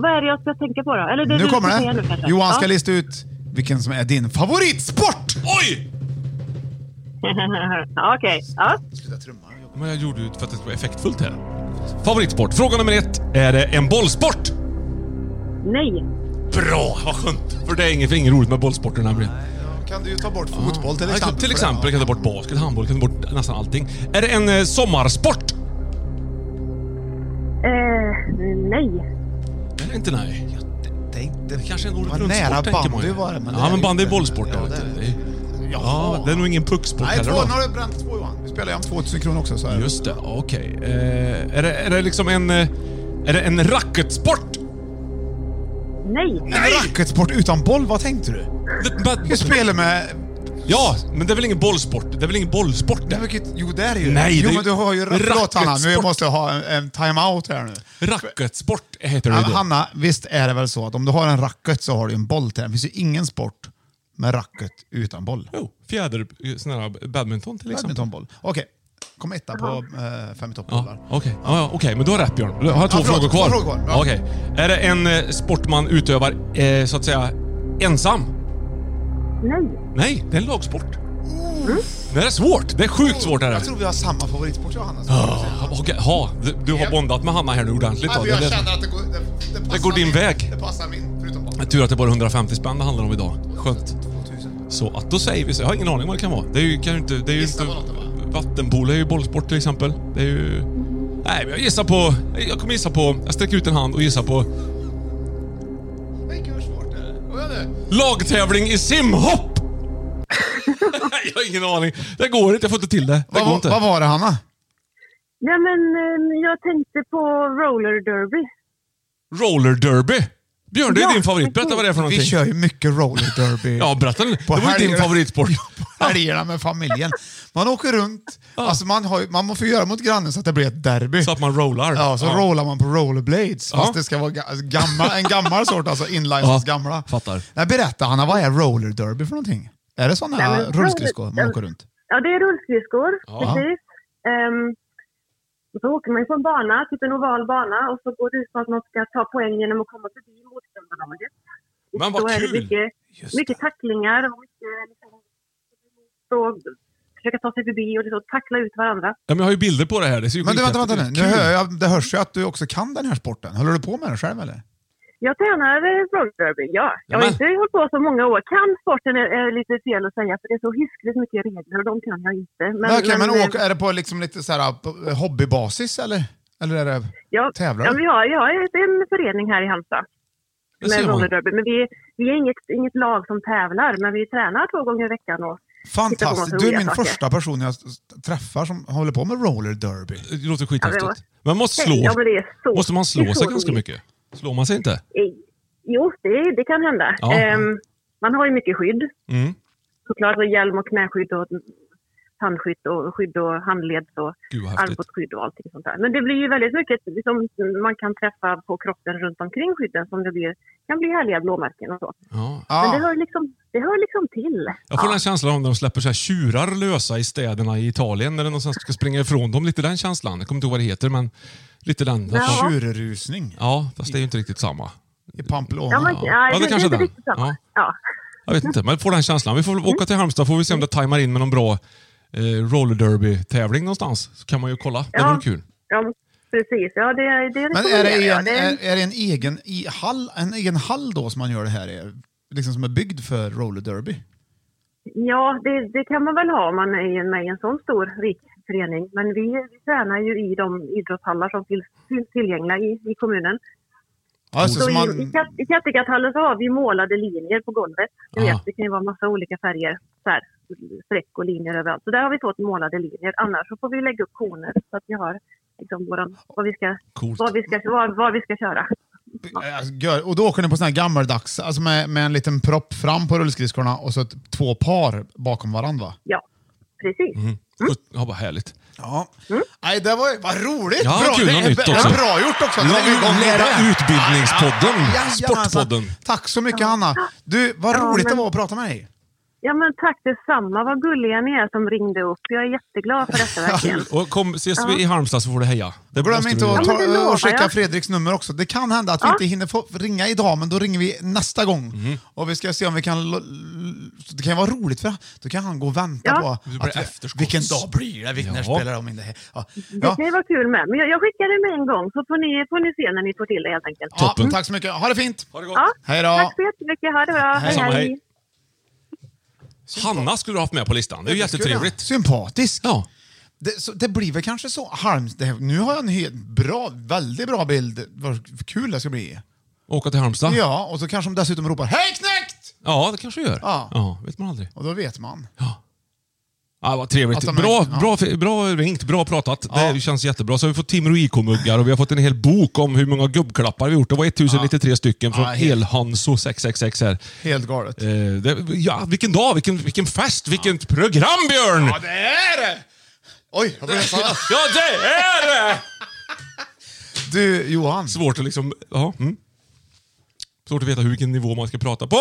Speaker 13: vad är det jag ska tänka på då? Eller det
Speaker 3: Nu
Speaker 13: du ska
Speaker 3: kommer
Speaker 13: säga nu kanske?
Speaker 3: den. Johan ska
Speaker 13: Ja.
Speaker 3: lista ut vilken som är din favoritsport!
Speaker 4: Oj!
Speaker 13: ja, Okej. Ja.
Speaker 4: Men jag gjorde ju för att det skulle vara effektfullt här. Favoritsport. Fråga nummer ett. Är det en bollsport?
Speaker 13: Nej.
Speaker 4: Bra! Vad skönt. För det är inget, inget roligt med bollsporter nämligen.
Speaker 3: Kan du ju ta bort fotboll till
Speaker 4: Ja,
Speaker 3: exempel.
Speaker 4: Till exempel kan du ta bort basket, handboll, kan ta bort nästan allting. Är det en eh, sommarsport?
Speaker 13: Eh, nej.
Speaker 4: Är det inte nej?
Speaker 3: Det, det,
Speaker 4: Kanske en
Speaker 3: var
Speaker 4: året
Speaker 3: nära
Speaker 4: runt-sport tänker man
Speaker 3: bandy
Speaker 4: ju.
Speaker 3: var det, men det
Speaker 4: Ja,
Speaker 3: är
Speaker 4: men
Speaker 3: ju
Speaker 4: bandy är
Speaker 3: inte-
Speaker 4: bollsport.
Speaker 3: Ja,
Speaker 4: Ja,
Speaker 3: det är
Speaker 4: det är. Ja, det är nog ingen pucksport
Speaker 3: Nej, två,
Speaker 4: heller
Speaker 3: nu
Speaker 4: då.
Speaker 3: har du bränt två Johan. Vi spelar ju om 2000 kronor också. Så här.
Speaker 4: Just det, okej. Eh, är, det, är det liksom en... eh, Är det en racketsport?
Speaker 13: Nej!
Speaker 3: Nej! Racketsport utan boll, vad tänkte du? Vi spelar med...
Speaker 4: Ja, men det är väl ingen bollsport? Det är väl ingen bollsport det?
Speaker 3: Jo, det är det ju.
Speaker 4: Nej,
Speaker 3: jo,
Speaker 4: det är-
Speaker 3: men du har ju... Förlåt Hanna, nu
Speaker 4: Racketsport.
Speaker 3: måste jag ha en, en time-out här nu.
Speaker 4: Racketsport heter det
Speaker 3: Ja,
Speaker 4: ju
Speaker 3: men
Speaker 4: då.
Speaker 3: Hanna, visst är det väl så att om du har en racket så har du en boll till den. Det finns ju ingen sport med racket utan boll.
Speaker 4: Jo, fjäder... Oh, eh, Sån här badminton till exempel.
Speaker 3: Badmintonboll. Okej, kom etta på eh, fem i topp-bollar.
Speaker 4: liksom. Ja, okej. Ja, ja, okej, men då är det rätt Björn. Du har två
Speaker 3: Ja, förlåt,
Speaker 4: frågor kvar.
Speaker 3: två frågor kvar. Ja.
Speaker 4: Okej. Är det en eh, sport man utövar, eh, så att säga, ensam?
Speaker 13: Nej.
Speaker 4: Nej, det är en lagsport. Det här är svårt. Det är sjukt svårt det här.
Speaker 3: Jag tror vi har samma favoritsport, Johannes.
Speaker 4: Ja, okej. Ja, du- du har bondat med Hanna här nu ordentligt. då.
Speaker 3: Nej,
Speaker 4: Det är
Speaker 3: men
Speaker 4: det
Speaker 3: jag
Speaker 4: som-
Speaker 3: känner att det går, det, det passar
Speaker 4: går din
Speaker 3: min,
Speaker 4: väg.
Speaker 3: Det passar min, förutom boll.
Speaker 4: Tur att det är bara 150 spänn det handlar om idag. Skönt. Så att då säger vi så. Jag har ingen aning vad det kan vara. Det är ju, kan ju inte... Det är ju inte vattenpolo är ju bollsport till exempel. Det är ju... Nej, men jag gissar på... Jag kommer gissa på... Jag sträcker ut en hand och gissar på lagtävling i simhopp! Nej, jag har ingen aning. Det går inte. Jag får inte till det. Det
Speaker 3: Vad
Speaker 4: går
Speaker 3: var-
Speaker 4: inte.
Speaker 3: vad var det, Hanna?
Speaker 13: Ja, men eh, jag tänkte på roller derby.
Speaker 4: Roller derby. Björn, det är
Speaker 13: Ja,
Speaker 4: din favorit. Berätta vad det är för någonting.
Speaker 3: Vi kör ju mycket roller derby.
Speaker 4: Ja, berätta nu.
Speaker 3: På
Speaker 4: Det var ju din
Speaker 3: helgerna-
Speaker 4: favoritsport.
Speaker 3: på helgerna med familjen. Man åker runt. Alltså man, har, ju- man får göra mot grannen så att det blir ett derby.
Speaker 4: Så att man rollar.
Speaker 3: Ja, så
Speaker 4: Ja.
Speaker 3: rollar man på rollerblades. Fast
Speaker 4: Ja.
Speaker 3: det ska vara ga- alltså gammal, en gammal sort, alltså inliners gamla.
Speaker 4: Fattar.
Speaker 3: Nej, berätta Hanna, vad är roller derby för någonting? Är det sådana
Speaker 13: Nej,
Speaker 3: här
Speaker 13: men roller-
Speaker 3: rullskridskor man
Speaker 13: ja.
Speaker 3: åker runt?
Speaker 13: Ja, det är rullskridskor,
Speaker 3: Ja.
Speaker 13: precis. Um, så åker man ju på en bana, typ en oval bana, och så går det ut på att man ska ta poäng genom att komma förbi motståndarlaget. Och
Speaker 4: Men vad
Speaker 13: så är
Speaker 4: kul!
Speaker 13: det mycket, mycket tacklingar och mycket liksom, så, försöka ta sig förbi och liksom, tackla ut varandra.
Speaker 4: Ja, men jag har ju bilder på det här. Det ser ju
Speaker 3: Men du, vänta, vänta
Speaker 4: skithäftigt ut.
Speaker 3: nu. nu
Speaker 4: Kul.
Speaker 3: hör jag, det hörs ju att du också kan den här sporten. Håller du på med den själv eller?
Speaker 13: Jag tränar eh, roller derby, ja. Jag har
Speaker 3: Jamen.
Speaker 13: inte hållit på så många år. Kan sporten är, är lite fel att säga, för det är så hiskligt mycket regler och de kan jag inte.
Speaker 3: Men, Okej, men,
Speaker 13: eh,
Speaker 3: åker, är det på liksom lite så här, på hobbybasis eller? Eller är det
Speaker 13: Ja,
Speaker 3: tävlar
Speaker 13: ja
Speaker 3: du?
Speaker 13: vi, har, vi har ett- en förening här i Halmstad.
Speaker 3: Det ser
Speaker 13: Med
Speaker 3: man.
Speaker 13: rollerderby. Men vi, vi är inget, inget lag som tävlar, men vi tränar två gånger i veckan. Och tittar på massa
Speaker 3: Fantastiskt. Du är
Speaker 13: roliga
Speaker 3: min
Speaker 13: saker.
Speaker 3: första person jag s- träffar som håller på med roller derby.
Speaker 4: Det låter
Speaker 13: Ja, det
Speaker 4: skithäftigt.
Speaker 13: var-
Speaker 4: Man måste slå.
Speaker 13: Ja, men det är så,
Speaker 4: måste man
Speaker 13: det
Speaker 4: slå
Speaker 13: är
Speaker 4: sig
Speaker 13: så
Speaker 4: ganska
Speaker 13: roligt.
Speaker 4: mycket? Slår man sig inte?
Speaker 13: Eh, Jo, det, det kan hända.
Speaker 4: Ja.
Speaker 13: Ehm, man har ju mycket skydd.
Speaker 4: Mm.
Speaker 13: Såklart och hjälm och knäskydd och tandskydd och skydd och handled och
Speaker 4: Gud, vad häftigt.
Speaker 13: armbågsskydd och allting sånt där. Men det blir ju väldigt mycket som man kan träffa på kroppen runt omkring skydden som det blir, kan bli härliga blåmärken och så.
Speaker 4: Ja.
Speaker 3: Ah,
Speaker 13: Men det hör, liksom, det hör liksom till.
Speaker 4: Jag får den känslan om när de släpper så här tjurar lösa i städerna i Italien när de någonstans ska springa ifrån dem. Lite den känslan. Jag kommer inte ihåg vad det heter, men lite den.
Speaker 13: Ja.
Speaker 3: Tjurrusning.
Speaker 4: Ja, fast det är ju inte riktigt samma.
Speaker 3: I Pamplona.
Speaker 13: Ja, men, nej,
Speaker 4: Ja, det kanske
Speaker 13: är
Speaker 4: är
Speaker 13: inte
Speaker 4: den.
Speaker 13: riktigt samma.
Speaker 4: Ja.
Speaker 13: Ja.
Speaker 4: Jag vet inte, men jag får den känslan. Vi får väl åka till Halmstad får vi se om det tajmar in med någon bra eh, roller derby-tävling någonstans. Så kan man ju kolla. Det
Speaker 13: Ja.
Speaker 4: vore kul.
Speaker 13: Ja, precis. Ja, det, det
Speaker 3: Men är det,
Speaker 13: rekommenderar jag.
Speaker 3: en, är, är det en egen i hall, en egen hall då som man gör det här i? Liksom som är byggd för roller derby?
Speaker 13: Ja, det, det kan man väl ha om man är med i en sån stor rik förening. Men vi, vi tränar ju i de idrottshallar som finns finns tillgängliga i, i kommunen.
Speaker 3: Ja, så
Speaker 13: så
Speaker 3: som
Speaker 13: i,
Speaker 3: man-
Speaker 13: i, Kat, I Kattegatthallen så har vi målade linjer på golvet. Du
Speaker 3: Ah.
Speaker 13: vet, det kan ju vara massa olika färger, så här, streck och linjer överallt. Så där har vi fått målade linjer. Annars så får vi lägga upp koner så att vi har liksom våran, vad, vi ska, vad, vi ska, vad, vad vi ska köra.
Speaker 3: Alltså, gör- Och då åker ni på sån här gammaldags, alltså med, med en liten propp fram på rullskridskorna och så ett, två par bakom varandra va?
Speaker 13: Ja, precis.
Speaker 4: Mm. Ja, vad härligt.
Speaker 3: Ja.
Speaker 13: Mm.
Speaker 3: Nej, det var vad roligt!
Speaker 4: Ja,
Speaker 3: bra,
Speaker 4: kul,
Speaker 3: det
Speaker 4: något
Speaker 3: är
Speaker 4: nytt
Speaker 3: bra,
Speaker 4: också.
Speaker 3: bra gjort också! att dra
Speaker 4: Lära-
Speaker 3: igång
Speaker 4: lära
Speaker 3: det.
Speaker 4: utbildningspodden,
Speaker 3: Ja, ja, jajamensan.
Speaker 4: Sportpodden.
Speaker 3: Tack så mycket Hanna! Du, vad
Speaker 13: Ja,
Speaker 3: roligt
Speaker 13: men-
Speaker 3: det var att prata med dig!
Speaker 13: Ja men tack detsamma. Vad gulliga ni är som ringde upp. Jag är jätteglad för detta verkligen.
Speaker 4: Kul. Och kom, ses vi
Speaker 13: Ja.
Speaker 4: i Halmstad så får du heja. Det
Speaker 3: Glöm
Speaker 4: måste
Speaker 3: inte
Speaker 4: vi
Speaker 3: att
Speaker 4: göra.
Speaker 3: ta,
Speaker 13: det lovar
Speaker 3: och skicka
Speaker 13: jag.
Speaker 3: Fredriks nummer också. Det kan hända att vi
Speaker 13: Ja. Mhm.
Speaker 3: inte hinner få ringa idag, men då ringer vi nästa gång. Och vi ska se om vi kan... lo- l- Det kan ju vara roligt för han- då kan han gå och vänta
Speaker 13: Ja.
Speaker 4: Det
Speaker 3: på
Speaker 4: blir
Speaker 3: att,
Speaker 4: efterskott.
Speaker 3: vilken dag blir det? Vilken, När
Speaker 4: Ja.
Speaker 3: spelar de in det här? Ja.
Speaker 13: Det
Speaker 3: Ja.
Speaker 13: kan ju vara kul med. Men jag, jag skickar det med en gång så får ni, får ni se när ni får till det helt enkelt.
Speaker 3: Ja, tack så mycket. Ha det fint!
Speaker 4: Ha det
Speaker 13: Ja.
Speaker 3: Hej då.
Speaker 13: Tack så jättemycket. Ha det bra.
Speaker 3: Hej.
Speaker 4: Samma, hej. Hanna skulle du ha haft med på listan. Det är ju jättetrevligt.
Speaker 3: Sympatisk.
Speaker 4: Ja.
Speaker 3: Det, så, det blir väl kanske så... Harms, det, här- nu har jag en helt bra, väldigt bra bild. Vad kul det ska bli.
Speaker 4: Åka till Halmstad.
Speaker 3: Ja, och så kanske de dessutom ropar Hej knäckt!
Speaker 4: Ja, det kanske gör.
Speaker 3: Ja.
Speaker 4: ja vet man aldrig.
Speaker 3: Och då vet man.
Speaker 4: Ja, vad trevligt.
Speaker 3: Att de är-
Speaker 4: bra,
Speaker 3: Alltså,
Speaker 4: bra,
Speaker 3: ja.
Speaker 4: bra ringt, bra pratat. Det känns jättebra. Så har vi fått Timrå IK-muggar och vi har fått en hel bok om hur många gubbklappar vi gjort. Det var 1093 stycken från
Speaker 3: Ja, helt-
Speaker 4: Elhanso 666 här.
Speaker 3: Helt galet.
Speaker 4: Eh, det, ja, vilken dag, vilken, vilken fest, vilket program Björn!
Speaker 3: Ja, det är det! Oj, jag blev nästan...
Speaker 4: Ja, det är det!
Speaker 3: Du, Johan.
Speaker 4: Svårt att liksom... Ja. Mm. Svårt att veta hur- vilken nivå man ska prata på.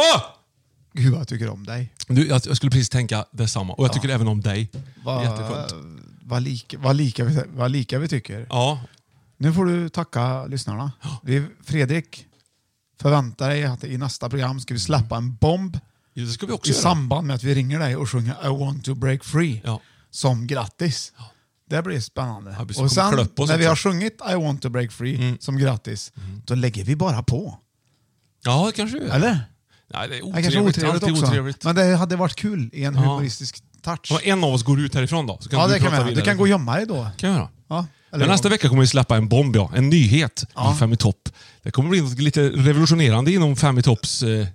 Speaker 3: Gud vad jag tycker om dig.
Speaker 4: Du, jag, jag skulle precis tänka detsamma. Och jag tycker även om dig.
Speaker 3: Vad-
Speaker 4: Jätteskönt.
Speaker 3: Vad lika, vad, lika vi, vad lika vi tycker.
Speaker 4: Ja.
Speaker 3: Nu får du tacka lyssnarna. Vi, Fredrik, förvänta dig att i nästa program ska vi släppa en bomb
Speaker 4: Ja, det ska vi också
Speaker 3: i
Speaker 4: göra.
Speaker 3: samband med att vi ringer dig och sjunger I want to break free som grattis. Det blir spännande.
Speaker 4: vi ska
Speaker 3: och
Speaker 4: komma
Speaker 3: sen
Speaker 4: och klöppa oss
Speaker 3: när vi
Speaker 4: också. Mm.
Speaker 3: har sjungit I want to break free som grattis, då lägger vi bara på.
Speaker 4: Ja, det kanske vi gör.
Speaker 3: Eller?
Speaker 4: Nej, det är
Speaker 3: Det
Speaker 4: otrevligt.
Speaker 3: kanske är otrevligt
Speaker 4: Alltid
Speaker 3: också.
Speaker 4: otrevligt.
Speaker 3: Men det hade varit kul i en
Speaker 4: Ja.
Speaker 3: humoristisk touch.
Speaker 4: Om en av oss går ut härifrån då, så kan
Speaker 3: ja,
Speaker 4: du
Speaker 3: det kan
Speaker 4: prata
Speaker 3: vi göra.
Speaker 4: vidare.
Speaker 3: Du kan gå och gömma dig då.
Speaker 4: kan jag göra.
Speaker 3: Ja, eller
Speaker 4: Men nästa vecka kommer vi släppa en bomb, ja. En nyhet
Speaker 3: Ja.
Speaker 4: i Fem i topp. Det kommer bli något lite revolutionerande inom Fem i topps... Eh,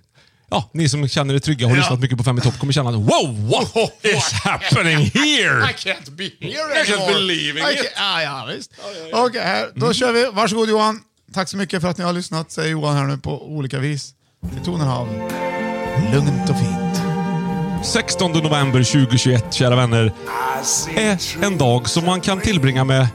Speaker 4: ja, ni som känner er trygga och har
Speaker 3: Ja.
Speaker 4: lyssnat mycket på Fem i topp kommer känna att wow, what is happening here?
Speaker 3: I can't be here
Speaker 4: I can't
Speaker 3: anymore.
Speaker 4: believe
Speaker 3: I
Speaker 4: it.
Speaker 3: can't- Ah, ja, visst. Okej, här,
Speaker 4: Mm.
Speaker 3: då kör vi. Varsågod Johan. Tack så mycket för att ni har lyssnat, säger Johan här nu på olika vis. I tonen av lugnt och fint.
Speaker 4: 16 november 2021, kära vänner, är en dag som man kan tillbringa med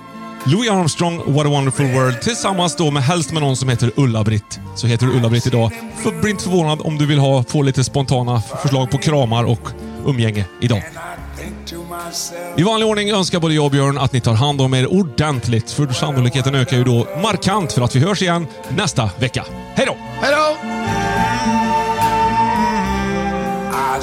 Speaker 4: Louis Armstrong, What a wonderful world, tillsammans då med helst med någon som heter Ulla-Britt. Så heter du Ulla-Britt idag. För bli inte förvånad om du vill ha, få lite spontana f- förslag på kramar och umgänge idag. I vanlig ordning önskar både jag och Björn att ni tar hand om er ordentligt, för sannolikheten ökar ju då markant för att vi hörs igen nästa vecka. Hej då!
Speaker 3: Hej då!
Speaker 7: I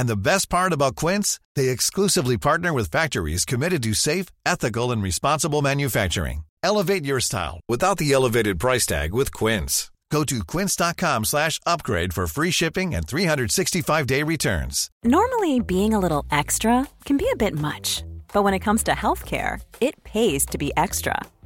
Speaker 14: And the best part about Quince, they exclusively partner with factories committed to safe, ethical, and responsible manufacturing. Elevate your style without the elevated price tag with Quince. Go to quince.com slash upgrade for free shipping and 365-day returns.
Speaker 15: Normally, being a little extra can be a bit much, but when it comes to healthcare, it pays to be extra.